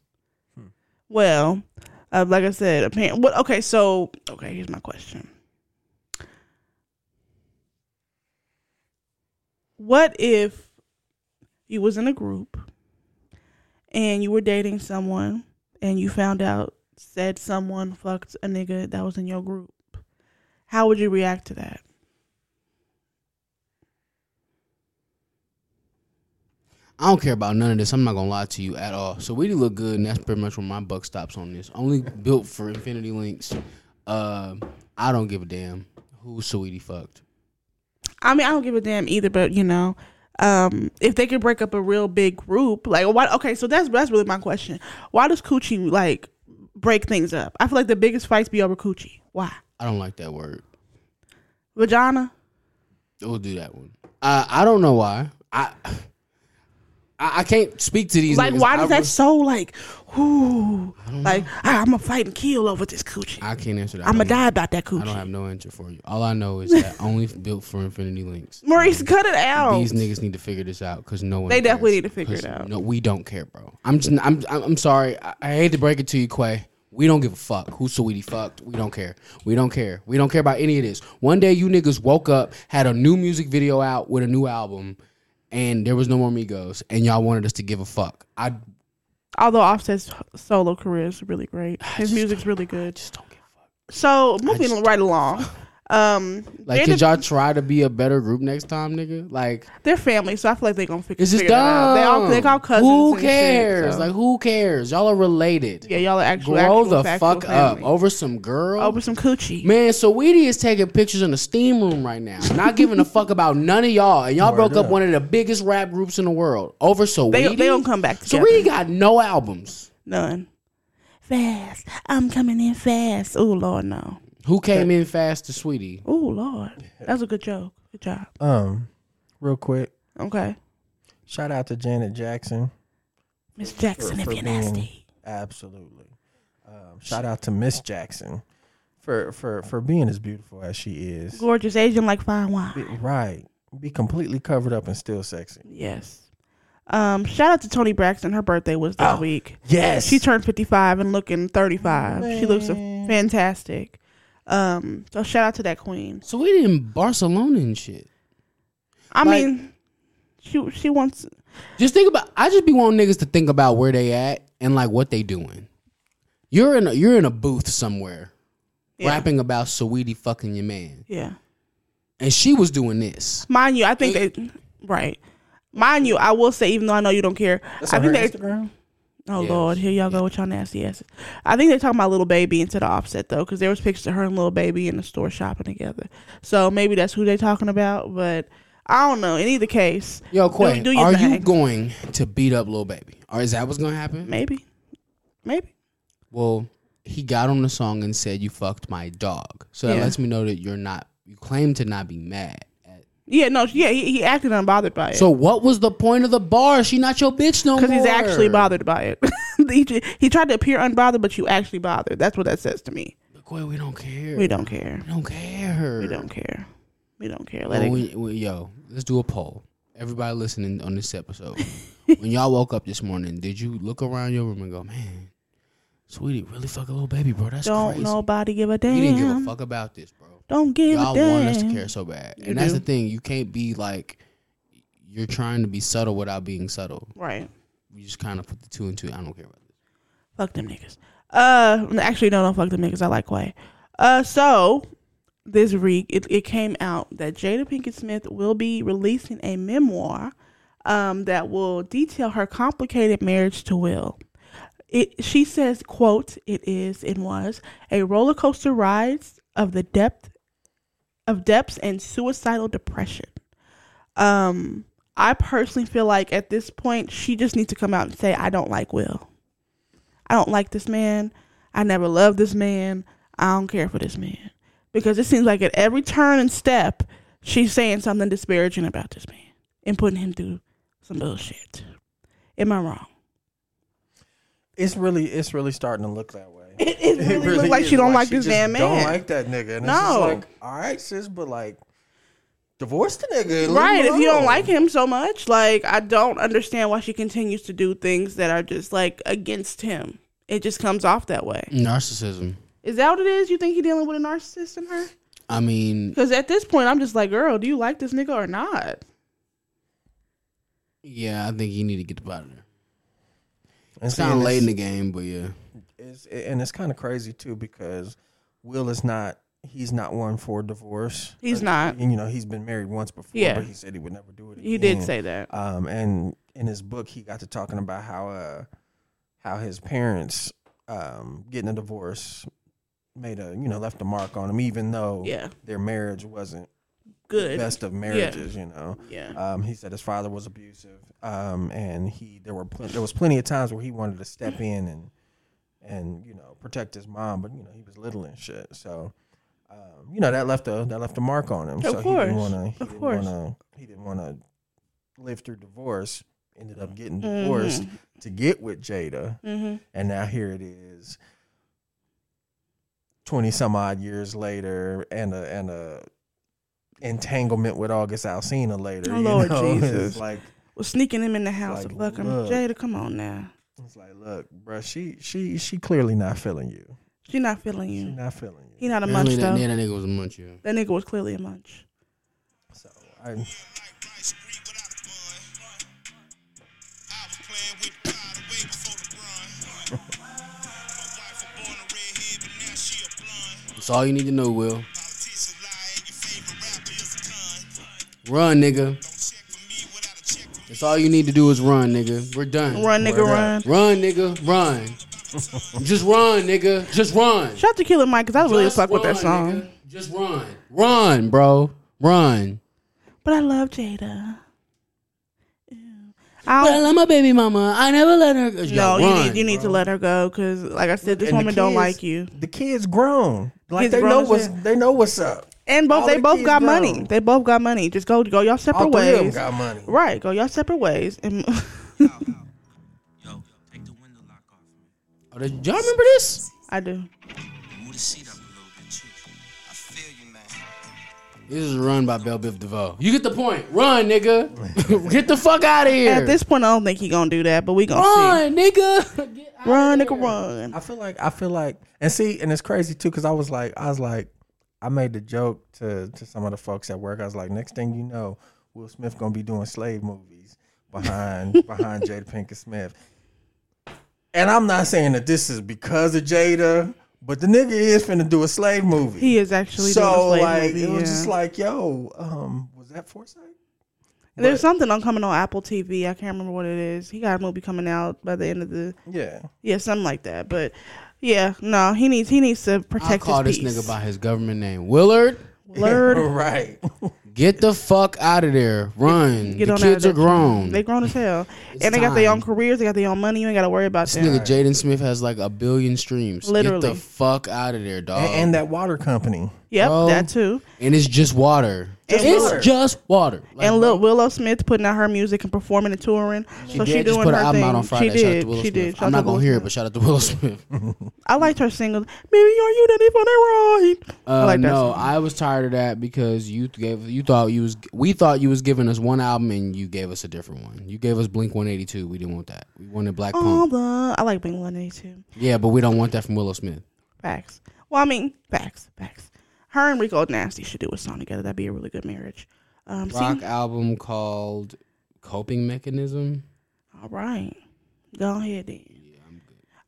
Well, uh, like I said, apparently. What? Okay, so okay, here's my question. What if you was in a group and you were dating someone and you found out said someone fucked a nigga that was in your group? How would you react to that?
I don't care about none of this. I'm not gonna lie to you at all. So we do look good, and that's pretty much where my buck stops on this. Only built for Infinity Links. Uh, I don't give a damn who Saweetie fucked.
I mean, I don't give a damn either, but you know, um, if they could break up a real big group, like why? Okay, so that's that's really my question. Why does coochie like break things up? I feel like the biggest fights be over coochie. Why?
I don't like that word.
Vagina.
We'll do that one. Uh, I don't know why. I I, I can't speak to these.
Like,
niggas.
why does
I
that so like, ooh, like I'm gonna fight and kill over this coochie.
I can't answer that.
I'm
a
gonna die about that
I don't have
coochie.
no answer for you. All I know is that only built for Infinity Links.
Maurice, cut it out.
These niggas need to figure this out because no one.
They definitely
cares.
need to figure it
'Cause
out.
No, we don't care, bro. I'm just. I'm. I'm, I'm sorry. I, I hate to break it to you, Quay. We don't give a fuck who Sweetie fucked. We don't care. We don't care. We don't care about any of this. One day you niggas woke up, had a new music video out with a new album, and there was no more Migos, and y'all wanted us to give a fuck. I
Although Offset's solo career is really
*sighs*
great, his music's really good.
just don't give a fuck.
So moving right
*laughs*
along, um,
Like,
they're
could
the-
y'all try to be a better group next time, nigga? Like,
They're family, so I feel like they're gonna fix
it's just
figure it out.
dumb.
They all they all cousins.
Who
and shit,
cares?
so-
Like, who cares? Y'all are related.
yeah, y'all are actual.
Grow
actual
the
factual
fuck up
family.
over some girl.
over some coochie.
Man, Saweetie is taking pictures in the steam room right now, not
*laughs*
giving a fuck about none of y'all. And y'all broke up.
up.
one of the biggest rap groups in the world over Saweetie.
They they don't come back together.
Saweetie got no albums.
None. Fast, I'm coming in fast. Oh lord, no.
Who came in fast to Sweetie?
Oh lord, that's a good joke. Good job.
Um, real quick,
Okay,
shout out to Janet Jackson.
Miss Jackson, if
for
you're
being-
nasty.
Absolutely. Um, shout out to Miss Jackson for for for being as beautiful as she is.
Gorgeous Asian like fine
Be-
wine.
right. Be completely covered up and still sexy.
Yes. Um, shout out to Tony Braxton. Her birthday was that week.
Oh, Yes.
She turned 55 and looking 35. She looks a-
Man.
fantastic. Um, so shout out to that queen.
Saweetie in Barcelona and shit.
I
Like-
mean, she she wants
Just think about. I just be wanting niggas to think about where they at and like what they doing. You're in a, you're in a booth somewhere
yeah,
rapping about Saweetie fucking your man,
Yeah,
and she was doing this.
mind you, I think they right. Mind you, I will say, even though I know you don't care,
That's
I
on her
think they.
Instagram.
Oh
Yeah.
Lord, here y'all go with y'all nasty asses. I think they're talking about little baby instead of Offset though, because there was pictures of her and little baby in the store shopping together. So maybe that's who they're talking about, but I don't know. In either case,
Yo, Quay,
do your
are you
thing.
going to beat up Lil Baby? Or is that what's gonna happen?
maybe, maybe.
Well, he got on the song and said, "You fucked my dog." So that
Yeah.
lets me know that you're not. You claim to not be mad. at-
Yeah, no, yeah, he, he acted unbothered by it.
So what was the point of the bar? She not your bitch no more.
because he's actually bothered by it. *laughs* he, ju- he tried to appear unbothered, but you actually bothered. That's what that says to me.
But Quay, we don't care.
We don't care.
We don't care.
We don't care. We don't care. Let
When
it.
we, we- yo, let's do a poll. Everybody listening on
*laughs*
this episode, when y'all woke up this morning, did you look around your room and go, "Man, sweetie, really fuck a little baby, bro? That's
Don't
crazy."
nobody give a damn.
You didn't give a fuck about this, bro.
Don't give
y'all
a damn.
want us to care so bad, and that's
do.
the thing. You can't be like you're trying to be subtle without being subtle.
Right.
You just kind of put the two and two. I don't care about this.
Fuck them niggas. Uh, actually, no, don't fuck them niggas. I like Quay. Uh, so this week it, it came out that Jada Pinkett Smith will be releasing a memoir, um, that will detail her complicated marriage to Will. It she says, "quote It is and was a roller coaster ride of the depth of depths and suicidal depression." Um, I personally feel like at this point she just needs to come out and say, "I don't like Will." I don't like this man. I never loved this man. I don't care for this man. Because it seems like at every turn and step, she's saying something disparaging about this man and putting him through some bullshit. Am I wrong?
It's really, it's really starting to look that way. *laughs*
It, it really, look like
is.
she don't like this
just
damn man.
Don't like that nigga. And no.
No.
like, all right, sis, but like, divorce the nigga. leave him
right. If you don't
alone.
like him so much, like, I don't understand why she continues to do things that are just like against him. It just comes off that way.
Narcissism.
Is that what it is? You think he dealing with a narcissist in her?
I mean,
Because at this point, I'm just like, girl, do you like this nigga or not?
yeah, I think you need to get up out of there.
And
It's
see,
kind
and
of late in
it's-
the game, but yeah.
it's and it's kind of crazy too because Will is not he's not one for divorce.
He's not.
And you know he's been married once before,
Yeah.
but he said he would never do it. Again.
He did say that.
Um, and in his book, he got to talking about how uh how his parents um getting a divorce made a you know left a mark on him, even though
Yeah.
their marriage wasn't
Good.
best of marriages, you know.
Yeah.
Um, he said his father was abusive, um, and he there were pl- there was plenty of times where he wanted to step in and and you know protect his mom, but you know he was little and shit. So um, you know that left a that left a mark on him.
Of
so he
course.
didn't want to. He
Of
didn't
course.
Wanna, he didn't want to live through divorce. Ended up getting
Mm-hmm.
divorced to get with Jada,
Mhm.
and now here it is. 20 some odd years later and a and a entanglement with August Alsina later.
Oh,
you
Lord
know? *laughs*
Jesus.
It's like
Well, sneaking him in the house
Like,
to fuck him.
look.
Jada, come on now.
it's like, look, bruh, she she she clearly not feeling you.
She not feeling
She
you.
not feeling you.
He not a
Apparently
munch
that,
though.
yeah, that nigga was a munch, yeah.
That nigga was clearly a munch.
So I
That's all you need to know, Will. Run, nigga. That's all you need to do is run, nigga. We're done.
Run, nigga,
Word up.
run.
Run, nigga. Run. Just run, nigga. Just run.
Shout out to Killer Mike because I really
Just
fuck with that
run,
song.
nigga. Just run. Run, bro. Run.
But I love Jada. Ew. I don't,
Well, I'm a baby mama. I never let her go.
no, you
run,
need you need to
bro.
let her go because, like I said, this
and the
woman don't
kids-
like you.
The kids grown. Like
Kids
they
grown
know
as
what's
hell.
they know what's up.
And both
All
they
the
both
kids
got
grown.
money. They both got money. Just go go y'all separate
All three of them
ways.
got money.
Right, go y'all separate ways. And *laughs*
Yo, take the window lock off me.
Oh, did y'all remember this?
I do.
Move the seat up a little bit too. I feel you, man.
This is run by Belle Biv DeVoe. You get the point. Run, nigga. *laughs* get the fuck out of here.
At this point, I don't think he gonna do that, but we gonna
run, nigga. *laughs* Get
see. Run, nigga, run.
I feel like I feel like and see and it's crazy too because I was like I was like I made the joke to to some of the folks at work I was like next thing you know Will Smith gonna be doing slave movies
*laughs*
behind behind Jada Pinkett Smith and I'm not saying that this is because of Jada but the nigga is finna do a slave movie
He is actually
so
doing a slave
like
movie,
it was
yeah.
just like yo um was that foresight
There's something on coming on Apple TV. I can't remember what it is. He got a movie coming out by the end of the *laughs*
yeah
yeah, something like that. But yeah, no, he needs he needs to
I
protect
call
his
this
peace.
nigga by his government name. Willard,
*laughs* Blurred.
right
get the fuck out of there. Run.
Get
the
on
kids
out
are
of that-
grown.
They grown as
*laughs*
hell, and they got their
time.
own careers. They got their own money. You ain't gotta worry about
this
them.
nigga Jaden Smith has like a billion streams. Get
Literally.
the fuck out of there, dog.
and, and that water company
Yep,
bro.
that too.
And it's just water.
Just
it's
water.
just water. Like,
and Lil Willow Smith putting out her music and performing and touring. so
did
she
just
doing
put
her
an album
thing.
out on Friday.
she
shout out
did.
to Willow
she
Smith.
did. Shout
I'm
out
not
to
gonna
Willow
hear it,
Smith.
but shout out to Willow *laughs* Smith.
I liked her single "Maybe Your Unity for the Right." I
Uh,
like that.
no,
song.
I was tired of that because you gave you thought you was we thought you was giving us one album and you gave us a different one. You gave us Blink One Eighty Two. We didn't want that. We wanted Black
All
Punk.
the I like Blink One Eighty Two.
Yeah, but we don't want that from Willow Smith.
Facts. Well, I mean, facts, facts. Her and Rico Nasty should do a song together. That'd be a really good marriage. Um, see,
Rock album called coping mechanism.
All right. Go ahead then.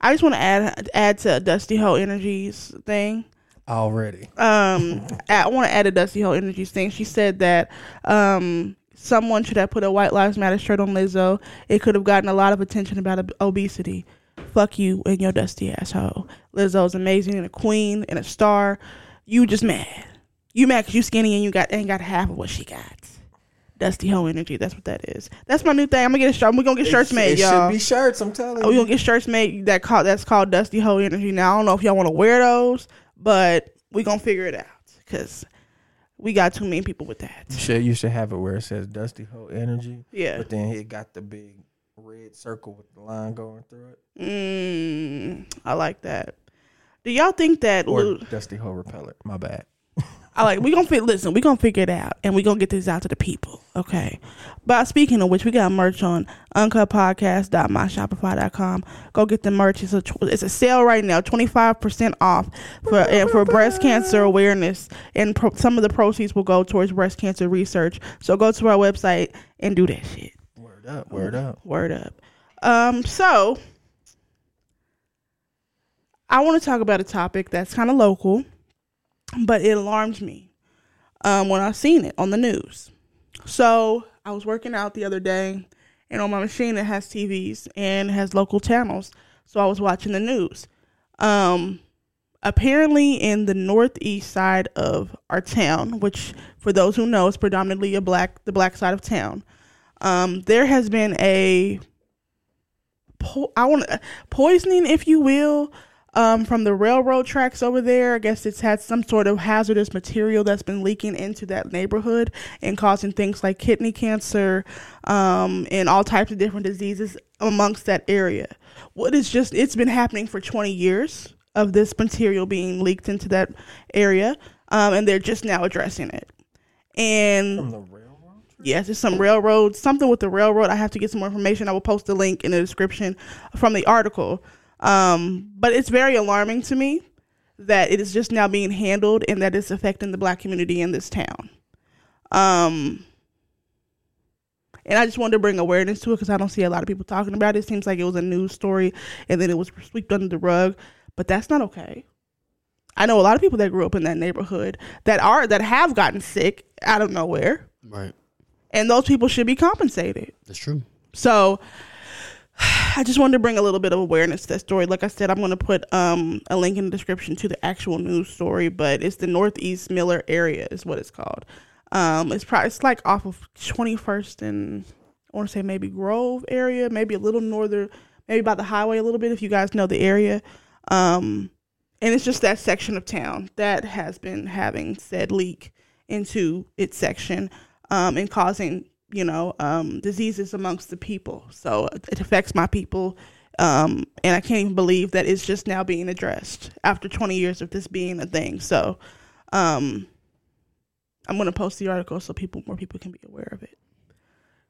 I just want to add add to Dusty Hole Energies thing.
already.
Um, I want to add a Dusty Hole Energies thing. She said that um, someone should have put a White Lives Matter shirt on Lizzo. It could have gotten a lot of attention about ob- obesity. Fuck you and your dusty asshole. Lizzo's amazing and a queen and a star. You just mad. You mad because you skinny and you got ain't got half of what she got. Dusty Hole Energy. That's what that is. That's my new thing. I'm gonna get a shirt. We're gonna get shirts made,
it
y'all.
should be shirts. I'm telling
Oh, we
you.
gonna get shirts made that call that's called Dusty Ho Energy. Now I don't know if y'all want to wear those, but we gonna figure it out because we got too many people with that.
Shit, you should have it where it says Dusty Hole Energy.
Yeah.
But then it got the big red circle with the line going through it,
Mm, I like that. Do y'all think that?
or
Lu-
Dusty Hole Repellent. My bad.
I like we gonna fit. Listen, we gonna figure it out, and we gonna get this out to the people. Okay. But speaking of which, we got merch on uncutpodcast.myshopify.com. Go get the merch. It's a tw- it's a sale right now, twenty five percent off for and for breast cancer awareness, and pro- some of the proceeds will go towards breast cancer research. So go to our website and do that shit.
Word up. Word up.
Word up. Um, so I want to talk about a topic that's kind of local, but it alarmed me um, when I seen it on the news. So I was working out the other day, and on my machine it has TVs and it has local channels. So I was watching the news. Um, apparently, in the northeast side of our town, which for those who know is predominantly a black, the black side of town, um, there has been a po- I want poisoning, if you will, um, from the railroad tracks over there. I guess it's had some sort of hazardous material that's been leaking into that neighborhood and causing things like kidney cancer um, and all types of different diseases amongst that area. What is just it's been happening for 20 years of this material being leaked into that area, um, and they're just now addressing it. And
From the railroad.
Yes, it's some railroad, something with the railroad. I have to get some more information. I will post the link in the description from the article. Um, but it's very alarming to me that it is just now being handled and that it's affecting the black community in this town. Um, and I just wanted to bring awareness to it because I don't see a lot of people talking about it. It seems like it was a news story and then it was swept under the rug, but that's not okay. I know a lot of people that grew up in that neighborhood that are that have gotten sick out of nowhere
Right.
and those people should be compensated.
That's true.
So I just wanted to bring a little bit of awareness to that story. Like I said, I'm going to put um, a link in the description to the actual news story, but it's the Northeast Miller area is what it's called. Um, it's probably it's like off of 21st and I want to say maybe Grove area, maybe a little northern, maybe by the highway a little bit if you guys know the area. Um, and it's just that section of town that has been having said leak into its section um, and causing you know um, diseases amongst the people so it affects my people um, and i can't even believe that it's just now being addressed after 20 years of this being a thing so um, i'm going to post the article so people more people can be aware of it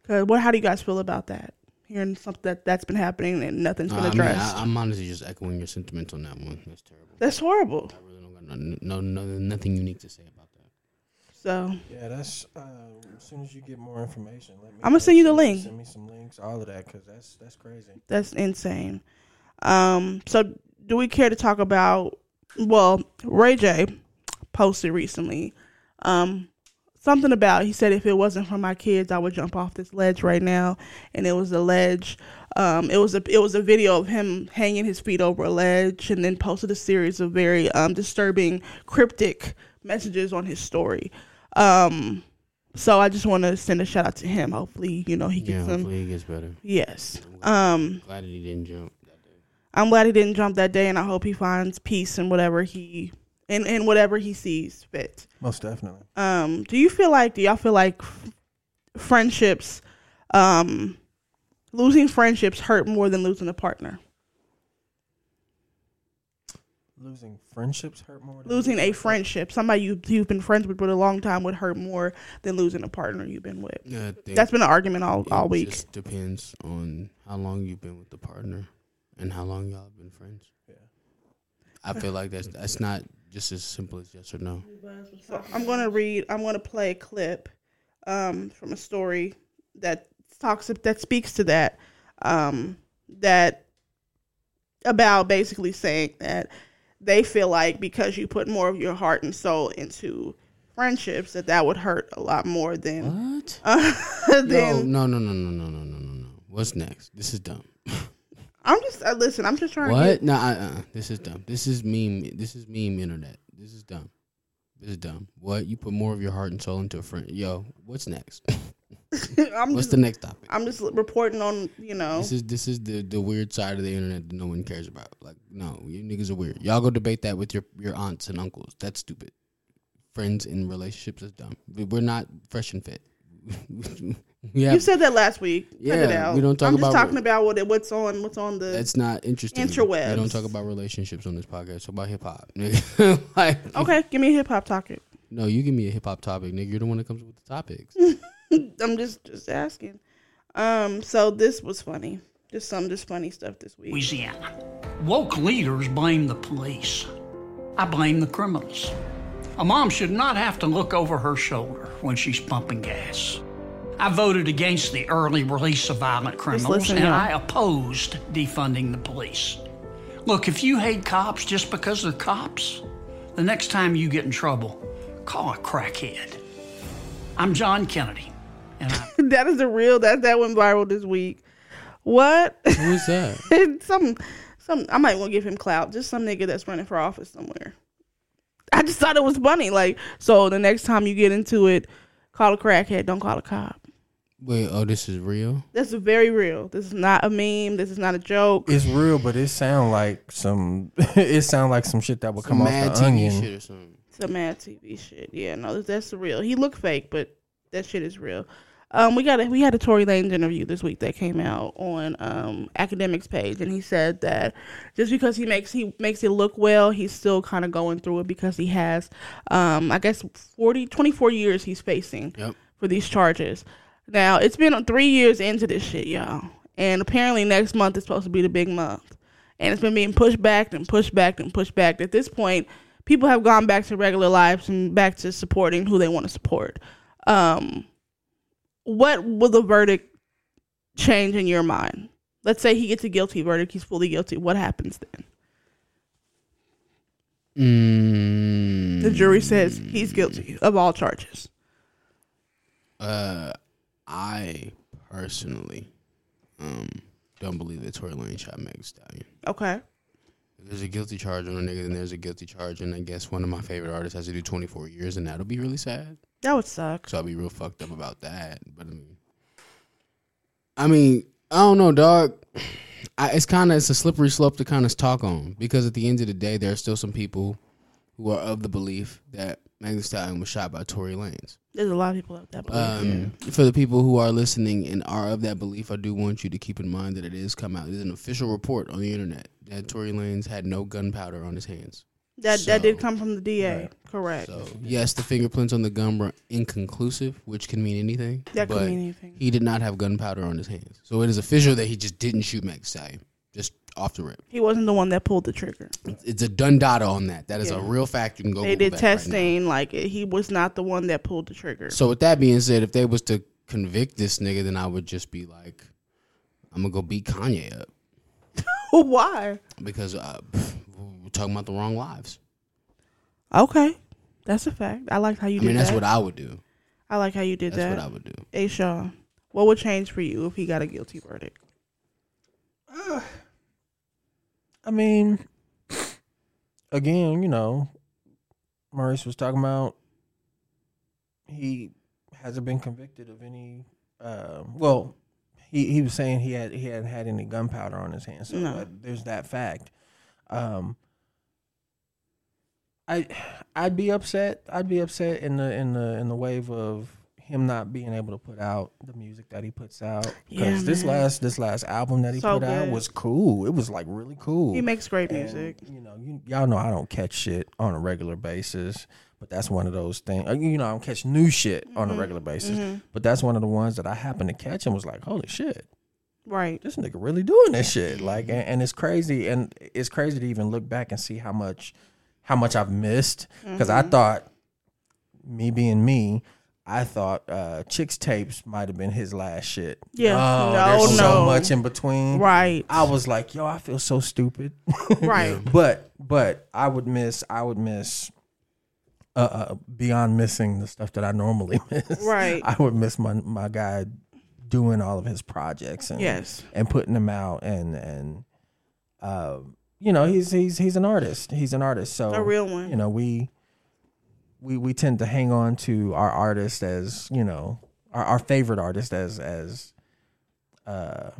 'Cause what how do you guys feel about that hearing something that, that's been happening and nothing's
Uh,
been
I mean,
addressed
I, am honestly just echoing your sentiments on that one. That's terrible.
that's horrible
I really don't got no, no, no nothing unique to say about that.
so
Yeah, that's. Um, as soon as you get more information, let me.
I'ma
know.
send you the
Send me-
link.
Send me some links, all of that, because that's that's crazy.
That's insane. Um, so do we care to talk about well, Ray J posted recently um something about he said if it wasn't for my kids I would jump off this ledge right now and it was a ledge um it was a it was a video of him hanging his feet over a ledge and then posted a series of very um disturbing cryptic messages on his story. Um so I just want to send a shout out to him. Hopefully, you know, he
Yeah,
gets some
hopefully it gets better.
yes. Um
Glad that he didn't jump.
I'm glad he didn't jump that day, and I hope he finds peace in whatever he in, in whatever he sees fit.
Most definitely.
Um, do you feel like do y'all feel like f- friendships, um, losing friendships hurt more than losing a partner?
Losing friendships hurt more. Than
Losing a friendship, somebody you you've been friends with for a long time, would hurt more than losing a partner you've been with.
Yeah, I think
That's been an argument all all
it
week.
Just depends on how long you've been with the partner and how long y'all have been friends. Yeah. I feel like that's that's not just as simple as yes or no.
So I'm going to read, I'm going to play a clip um, from a story that talks that speaks to that um, that about basically saying that they feel like because you put more of your heart and soul into friendships that that would hurt a lot more than
What?
*laughs*
No,
than
no, no, no, no, no, no, no, no, no. What's next? This is dumb. *laughs*
I'm just uh, listen. I'm just trying to
What?
get
No, uh, uh, this is dumb. This is meme. This is meme internet. This is dumb. This is dumb. What? You put more of your heart and soul into a friend. Yo, what's next? *laughs*
*laughs* I'm
What's
just
the next topic?
I'm just reporting on you know
This is this is the, the weird side of the internet that no one cares about. Like, no, you niggas are weird. Y'all go debate that with your, your aunts and uncles. That's stupid. Friends and relationships is dumb. We- We're not fresh and fit. *laughs* we
you
have,
said that last week. Cut it
Yeah,
out.
we don't talk
I'm just
about-
talking about what it, what's on what's on the
that's not interesting.
Interwebs.
We don't talk about relationships on this podcast. Talk about hip hop. nigga. *laughs* like,
okay. Give me a hip hop topic.
no, you give me a hip hop topic, nigga. You're the one that comes up with the *laughs* topics.
I'm just just asking. Um, so this was funny. Just some just funny stuff this *laughs* week.
Louisiana. Woke leaders blame the police. I blame the criminals. A mom should not have to look over her shoulder when she's pumping gas. I voted against the early release of violent criminals
listen
and
now.
I opposed defunding the police. Look, if you hate cops just because they're cops, the next time you get in trouble, call a crackhead. I'm John Kennedy, and I
that is the real that that went viral this week. What? *laughs*
Who is that?
some some I might want to give him clout. Just some nigga that's running for office somewhere. I just thought it was funny. Like, so the next time you get into it, call a crackhead. Don't call a cop.
Wait, oh, this is real?
This is very real. This is not a meme. This is not a joke.
It's real, but it sound like some. *laughs* it sound like some shit that would come
Mad
off the
TV
onion.
shit or something.
It's a mad TV shit. Yeah, no, that's real. He looked fake, but that shit is real. Um, we got a, we had a Tory Lanez interview this week that came out on um, academics page, and he said that just because he makes he makes it look well, he's still kind of going through it because he has, um, I guess 40, 24 years he's facing
Yep.
for these charges. Now it's been three years into this shit, y'all, and apparently next month is supposed to be the big month and it's been being pushed back and pushed back and pushed back. At this point, people have gone back to regular lives and back to supporting who they want to support. Um, what will the verdict change in your mind? Let's say he gets a guilty verdict, he's fully guilty. What happens then?
Mm.
The jury says he's guilty of all charges.
Uh, I personally um don't believe that Tory Lane shot Meg Thee Stallion.
Okay.
If there's a guilty charge on a nigga, then there's a guilty charge, and I guess one of my favorite artists has to do 24 years, and that'll be really sad.
That would suck.
So I'll be real fucked up about that. But I mean, I mean, I don't know, dog. I, it's kind of it's a slippery slope to kind of talk on because at the end of the day, there are still some people who are of the belief that Meg Thee Stallion was shot by Tory Lanez.
There's a lot of people out that believe.
Um, For the people who are listening and are of that belief, I do want you to keep in mind that it is come out. There's an official report on the internet that Tory Lanez had no gunpowder on his hands.
that that did
so-
come from the DA. Correct.
So Oh, yes, the fingerprints on the gun were inconclusive, which can mean anything.
That could
but
mean anything.
He did not have gunpowder on his hands, so it is official that he just didn't shoot Max Stallion. Just off the rip,
he wasn't the one that pulled the trigger.
It's- it's a done data on that. That is
Yeah.
a real fact. You can go.
They
Google
did
that right now.
testing, like he was not the one that pulled the trigger.
So with that being said, if they was to convict this nigga, then I would just be like, I'm gonna go beat Kanye up.
Why?
because uh, pff, we're talking about the wrong lives.
Okay, that's a fact. I like how you
I
did
mean, that's
that.
what I would do.
I, like how you did
That's
that.
what I would do.
Hey, Shaw, what would change for you if he got a guilty verdict?
I mean, again, you know, Maurice was talking about he hasn't been convicted of any. Uh, well, he, he was saying he had he hadn't had any gunpowder on his hands, so
No.
uh, there's that fact. Um, I I'd be upset. I'd be upset in the in the in the wave of him not being able to put out the music that he puts out
Yeah,
because this
man.
last this last album that he
So
put out
good.
was cool. It was like really cool.
He makes great
And,
music.
You know, you, y'all know I don't catch shit on a regular basis, but that's one of those things. You know, I don't catch new shit on a
Mm-hmm.
regular basis, but that's one of the ones that I happened to catch and was like, holy shit,
Right.
this nigga really doing this shit. Like, and, and it's crazy, and it's crazy to even look back and see how
Mm-hmm.
much, how much I've missed because I thought me being me. I thought uh, Chicks Tapes might have been his last shit.
Yeah.
Oh,
No,
there's
no.
so much in between.
Right.
I was like, yo, I feel so stupid. *laughs*
Right.
but but I would miss I would miss uh, uh beyond missing the stuff that I normally *laughs* miss.
Right.
I would miss my my guy doing all of his projects and
Yes.
and putting them out and and uh you know he's he's he's an artist he's an artist so
A real one.
you know we we we tend to hang on to our artist as you know our, our favorite artist as as uh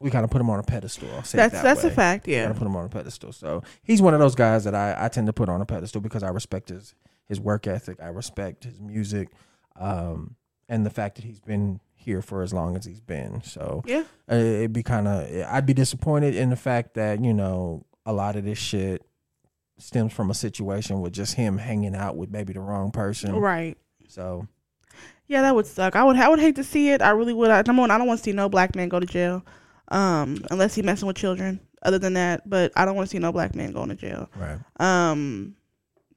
we kind of put him on a pedestal I'll say it
That's
that
that's a
way.
fact.
I
Yeah.
put him on a pedestal. So he's one of those guys that I, I tend to put on a pedestal because I respect his his work ethic. I respect his music, um, and the fact that he's been here for as long as he's been. So
Yeah.
uh, it'd be kind of I'd be disappointed in the fact that you know a lot of this shit stems from a situation with just him hanging out with maybe the wrong person.
Right.
So
Yeah, that would suck. I would I would hate to see it. I really would. I, number one, I don't want to see no black man go to jail, um, unless he messing with children. Other than that, but I don't want to see no black man going to jail.
right,
Um,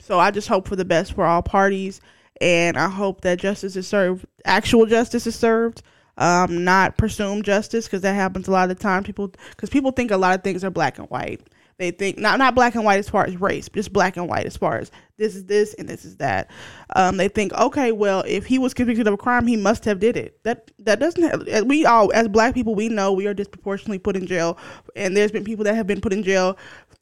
so I just hope for the best for all parties, and I hope that justice is served. Actual justice is served, um, not presumed justice, because that happens a lot of the time. People, because people think a lot of things are black and white. They think not not black and white as far as race, just black and white as far as this is this and this is that. Um, they think okay, well, if he was convicted of a crime, he must have did it. That that doesn't. Have, we all as black people, we know we are disproportionately put in jail, and there's been people that have been put in jail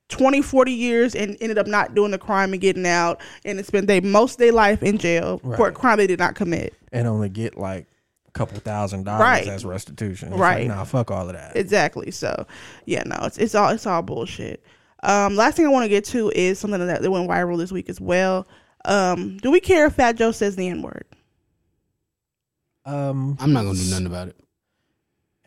20 40 years and ended up not doing the crime and getting out and it's been they most of their life in jail for a
Right.
crime they did not commit
and only get like a couple thousand dollars
Right.
as restitution. It's
Right.
like, nah, fuck all of that.
exactly so yeah no it's, it's all it's all bullshit um last thing i want to get to is something that, that went viral this week as well um do we care if fat joe says the n-word
um,
I'm not gonna do nothing about it.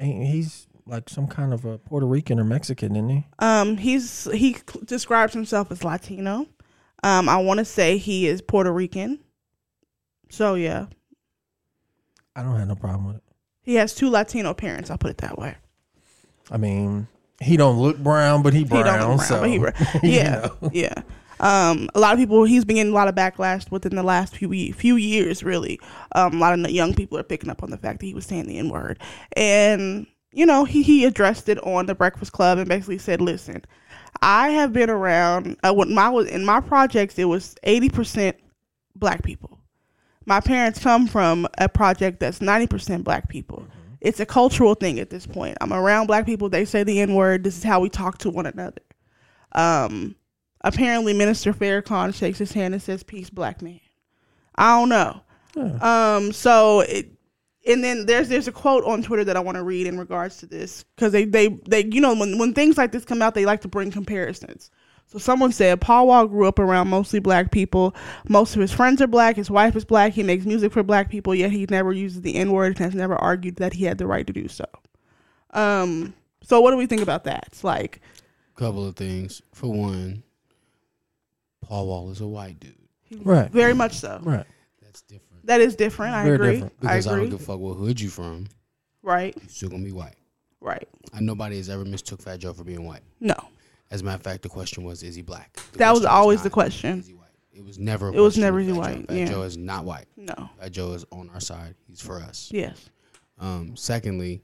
Ain't he's like some kind of a Puerto Rican or Mexican, isn't he?
um he's he cl- describes himself as latino um i want to say he is puerto rican so yeah
I don't have no problem with it.
he has two latino parents i'll put it that way
I mean, he don't look brown, but he brown.
he don't look brown,
so
but he brown.
*laughs*
*laughs*
you
yeah,
know.
yeah. Um, a lot of people. He's been getting a lot of backlash within the last few ye- few years. Really, um, a lot of young people are picking up on the fact that he was saying the n word, and you know he he addressed it on the Breakfast Club and basically said, "Listen, I have been around. Uh, when my was in my projects, it was eighty percent black people. My parents come from a project that's 90% black people. It's a cultural thing at this point. I'm around black people, they say the N word, this is how we talk to one another. Um, apparently, Minister Farrakhan shakes his hand and says, Peace, black man. I don't know. Um, so it, and then there's there's a quote on Twitter that I want to read in regards to this because they they they you know when when things like this come out they like to bring comparisons. So someone said Paul Wall grew up around mostly black people. Most of his friends are black. His wife is black. He makes music for black people. Yet he never uses the N word and has never argued that he had the right to do so. Um. So what do we think about that? It's like
Couple of things. For one, Paul Wall is a white dude.
Right.
very much so.
Right.
That's different.
That is different. I
Very
agree.
different,
I
Because I,
agree.
don't give a fuck what hood you from.
right.
You're still gonna be white.
Right.
And nobody has ever mistook Fat Joe for being white.
No.
As a matter of fact, the question was, is he black? The
That was
question
always the
not,
question.
Is he white? It was never. a
It was
question
never
of
is he
Fat Joe.
white,
Fat
yeah.
Joe is not white.
No.
Fat Joe is on our side. He's for us.
Yes.
Um, secondly,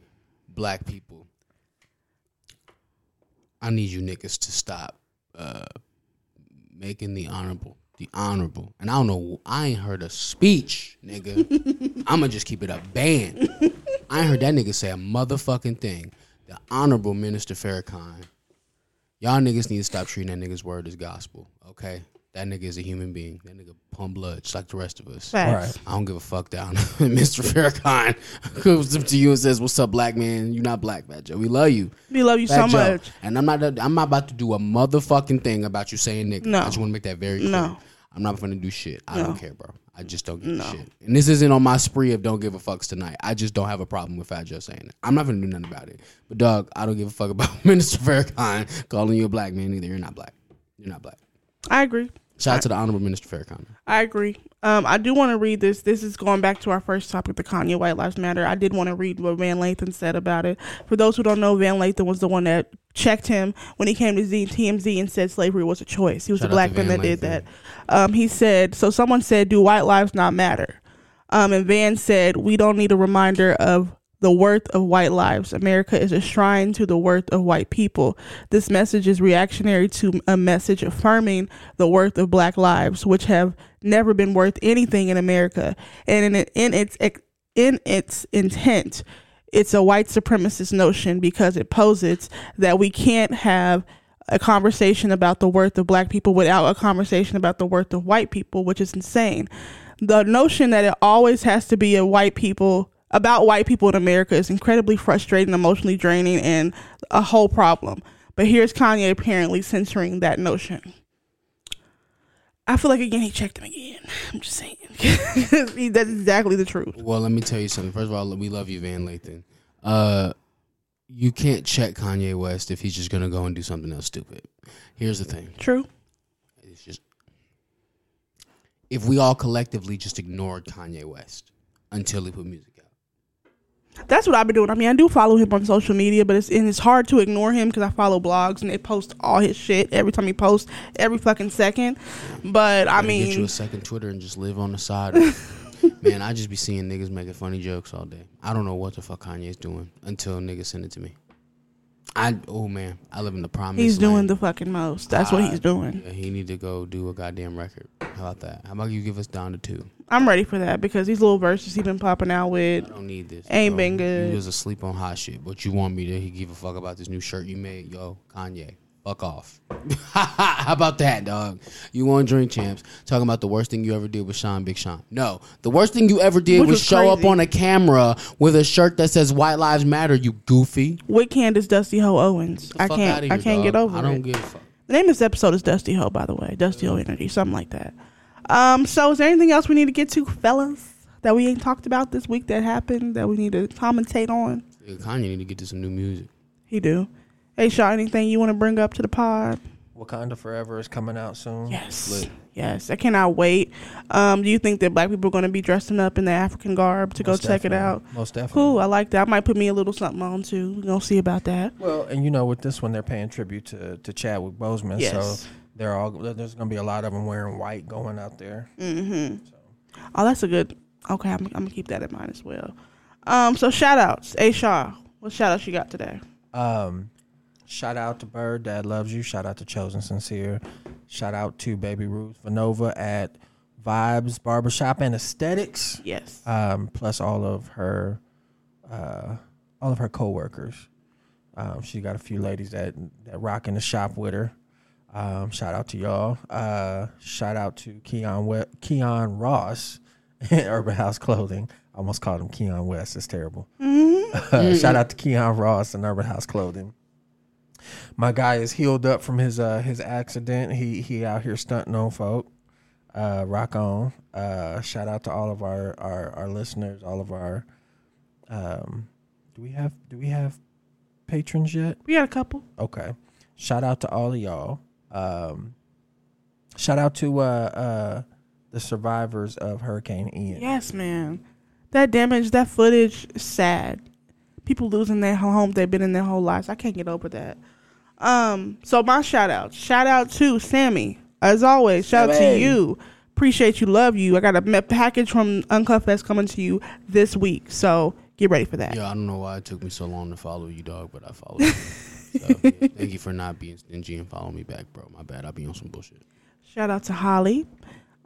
black people. I need you niggas to stop uh, making the honorable, the honorable. And I don't know, I ain't heard a speech, nigga. I'ma just keep it a band. I ain't heard that nigga say a motherfucking thing. The honorable Minister Farrakhan. Y'all niggas need to stop treating that nigga's word as gospel, okay? That nigga is a human being. That nigga pump blood just like the rest of us.
Facts.
I don't give a fuck down. *laughs* Mr. Farrakhan *laughs* comes up to you and says, "What's up, black man? You're not black, Fat Joe. We love you,
We love you
Fat
so
Joe.
much.
And I'm not. I'm not about to do a motherfucking thing about you saying nigga.
No.
I just want to make that very clear.
No.
I'm not gonna do shit. I don't care, bro. I just don't give a shit. And this isn't on my spree of don't give a fucks tonight. I just don't have a problem with Fat Joe saying it. I'm not gonna do nothing about it. But dog, I don't give a fuck about *laughs* Minister Farrakhan calling you a black man either. You're not black. You're not black.
I agree.
Shout out to the honorable Minister Farrakhan.
I agree. Um, I do want to read this. This is going back to our first topic, the Kanye White Lives Matter. I did want to read what Van Lathan said about it. For those who don't know, Van Lathan was the one that checked him when he came to Z- TMZ and said slavery was a choice. He was
Shout
a
out
black
to
man
Van
that did
Lathan.
that. Um, he said, so someone said, do white lives not matter? Um, and Van said, "We don't need a reminder of." The worth of white lives. America is a shrine to the worth of white people. This message is reactionary to a message affirming the worth of black lives, which have never been worth anything in America. And in, in its ex- in its intent, it's a white supremacist notion because it posits that we can't have a conversation about the worth of black people without a conversation about the worth of white people, which is insane. The notion that it always has to be a white people about white people in America is incredibly frustrating, emotionally draining, and a whole problem. But here's Kanye apparently censoring that notion. I feel like again he checked him again. I'm just saying *laughs* He- that's exactly the truth.
Well, let me tell you something. First of all, we love you, Van Lathan. Uh, you can't check Kanye West if he's just gonna go and do something else stupid. Here's the thing:
True.
it's just if we all collectively just ignored Kanye West until he put music out.
That's what I've been doing. I mean, I do follow him on social media, but it's and it's hard to ignore him because I follow blogs and they post all his shit every time he posts, every fucking second. But I
Gotta get you a
mean,
second Twitter and just live on the side.
*laughs*
Man, I just be seeing niggas making funny jokes all day. I don't know what the fuck Kanye's doing until niggas send it to me. I oh man, I live in the promise.
he's doing
land.
the fucking most. That's what he's doing.
Yeah, he need to go do a goddamn record. How about that? How about you give us down to two?
I'm ready for that because these little verses he been popping out with.
I don't need this.
Ain't
bro.
been good.
You was asleep on hot shit, but you want me to he give a fuck about this new shirt you made, yo, Kanye. Fuck off. *laughs* How about that, dog? You want drink champs? Talking about the worst thing you ever did was Sean Big Sean. No, the worst thing you ever did
Which
was,
was
show up
crazy.
on a camera with a shirt that says "White Lives Matter." You goofy.
With Candace Dusty Ho Owens. I
Fuck
can't
outta
I
here,
can't
dog.
get over
I don't
it.
give a fuck.
the name of this episode is Dusty Ho, by the way. Dusty Ho Energy, something like that. Um, so is there anything else we need to get to, fellas, that we ain't talked about this week that happened that we need to commentate on?
Nigga, Kanye need to get to some new music.
He do. Hey, Shaw, anything you want to bring up to the pod?
Wakanda Forever is coming out soon.
Yes. Yes, I cannot wait. Um, do you think that black people are going to be dressing up in the African garb to go
Most
check it
definitely.
out?
Most definitely.
Cool, I like that. I might put me a little something on too. We're going to see about that.
Well, and you know, with this one, they're paying tribute to to Chadwick Boseman,
Yes.
so they're all there's gonna be a lot of them wearing white going out there.
Oh, that's a good. Okay, I'm, I'm going to keep that in mind as well. Um, so shout outs. Hey, Shaw, what shout outs you got today?
Um, shout out to Bird, Dad loves you. Shout out to Chosen Sincere. Shout out to Baby Ruth Vanova at Vibes Barbershop and Aesthetics.
Yes.
Um, plus all of her, uh, all of her coworkers. Um, she got a few ladies that that rock in the shop with her. Um, shout out to y'all. Uh, shout out to Keon we- Keon Ross, *laughs* Urban House Clothing. I almost called him Keon West. It's terrible. *laughs* shout out to Keon Ross and Urban House Clothing. My guy is healed up from his uh, his accident. He he out here stunting on folk. Uh, rock on. Uh, shout out to all of our, our, our listeners, all of our um, do we have do we have patrons yet?
we got a couple.
Okay. Shout out to all of y'all. Um, shout out to uh, uh, the survivors of Hurricane Ian.
Yes, man. That damage, that footage, is sad. People losing their homes they've been in their whole lives. I can't get over that. Um, so my shout out. Shout out to Sammy. As always, shout out to you. Appreciate you, love you. I got a me- package from Uncut Fest coming to you this week. So get ready for that.
Yo, I don't know why it took me so long to follow you, dog, but I followed you. so, yeah, thank you for not being stingy and following me back, bro. My bad. I be on some bullshit.
Shout out to Holly.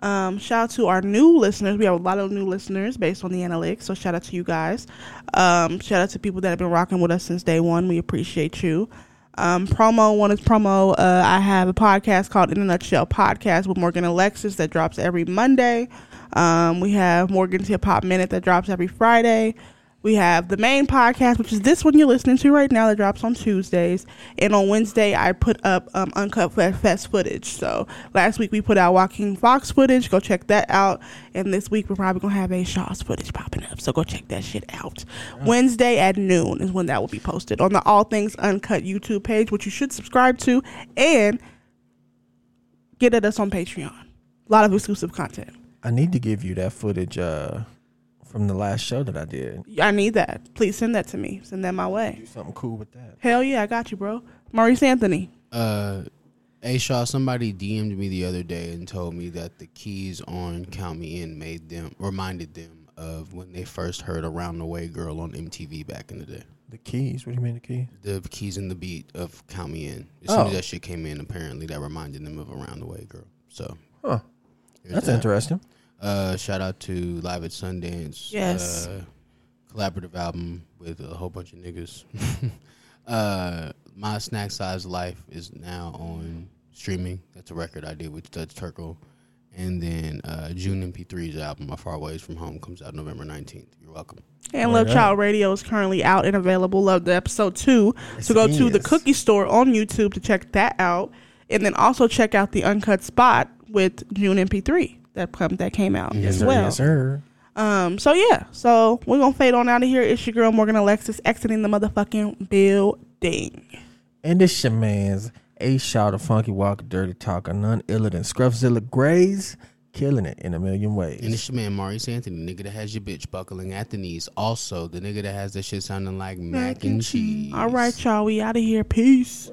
Um, shout out to our new listeners. We have a lot of new listeners based on the analytics, so shout out to you guys. Um, shout out to people that have been rocking with us since day one. We appreciate you. Um, promo one is promo. Uh, I have a podcast called In a Nutshell Podcast with Morgan Alexis that drops every Monday. Um, we have Morgan's Hip Hop Minute that drops every Friday. We have the main podcast, which is this one you're listening to right now, that drops on Tuesdays. And on Wednesday, I put up um, Uncut Fe- Fest footage. So last week we put out Walking Fox footage. Go check that out. And this week we're probably going to have a Shaw's footage popping up. So go check that shit out. Wednesday at noon is when that will be posted on the All Things Uncut YouTube page, which you should subscribe to and get at us on Patreon. A lot of exclusive content.
I need to give you that footage uh, from the last show that I did.
I need that. Please send that to me. Send that my way.
Do something cool with that.
Hell yeah, I got you, bro. Maurice Anthony.
Uh, hey Shaw, somebody DM'd me the other day and told me that the keys on Count Me In made them reminded them of when they first heard "Around the Way Girl" on MTV back in the day.
The keys. What do you mean the keys?
The keys and the beat of "Count Me In." As soon
Oh.
as that shit came in, apparently that reminded them of "Around the Way Girl." So
Huh.
there's
That's
that.
interesting.
Uh, shout out to Live at Sundance.
Yes.
Uh, collaborative album with a whole bunch of niggas. *laughs* uh, My Snack Size Life is now on streaming. That's a record I did with Dutch Turkle. And then uh, June MP3's album, My Far Ways From Home, comes out November 19th. You're welcome.
And Love
up.
Child Radio is currently out and available. Love the episode two. so go to the
is.
Cookie Store on YouTube to check that out, and then also check out the Uncut Spot with June MP3 that come- that came out as
Sir,
well.
yes, sir.
Um. So yeah. So we're gonna fade on out of here. It's your girl Morgan Alexis exiting the motherfucking building.
And this your man's A Shot of Funky Walker Dirty Talker, none iller than Scruffzilla Grays, killing it in a million ways.
And it's your man, Maurice Anthony, the nigga that has your bitch buckling at the knees. Also, the nigga that has that shit sounding like mac, and cheese.
All right, y'all. We out of here. Peace.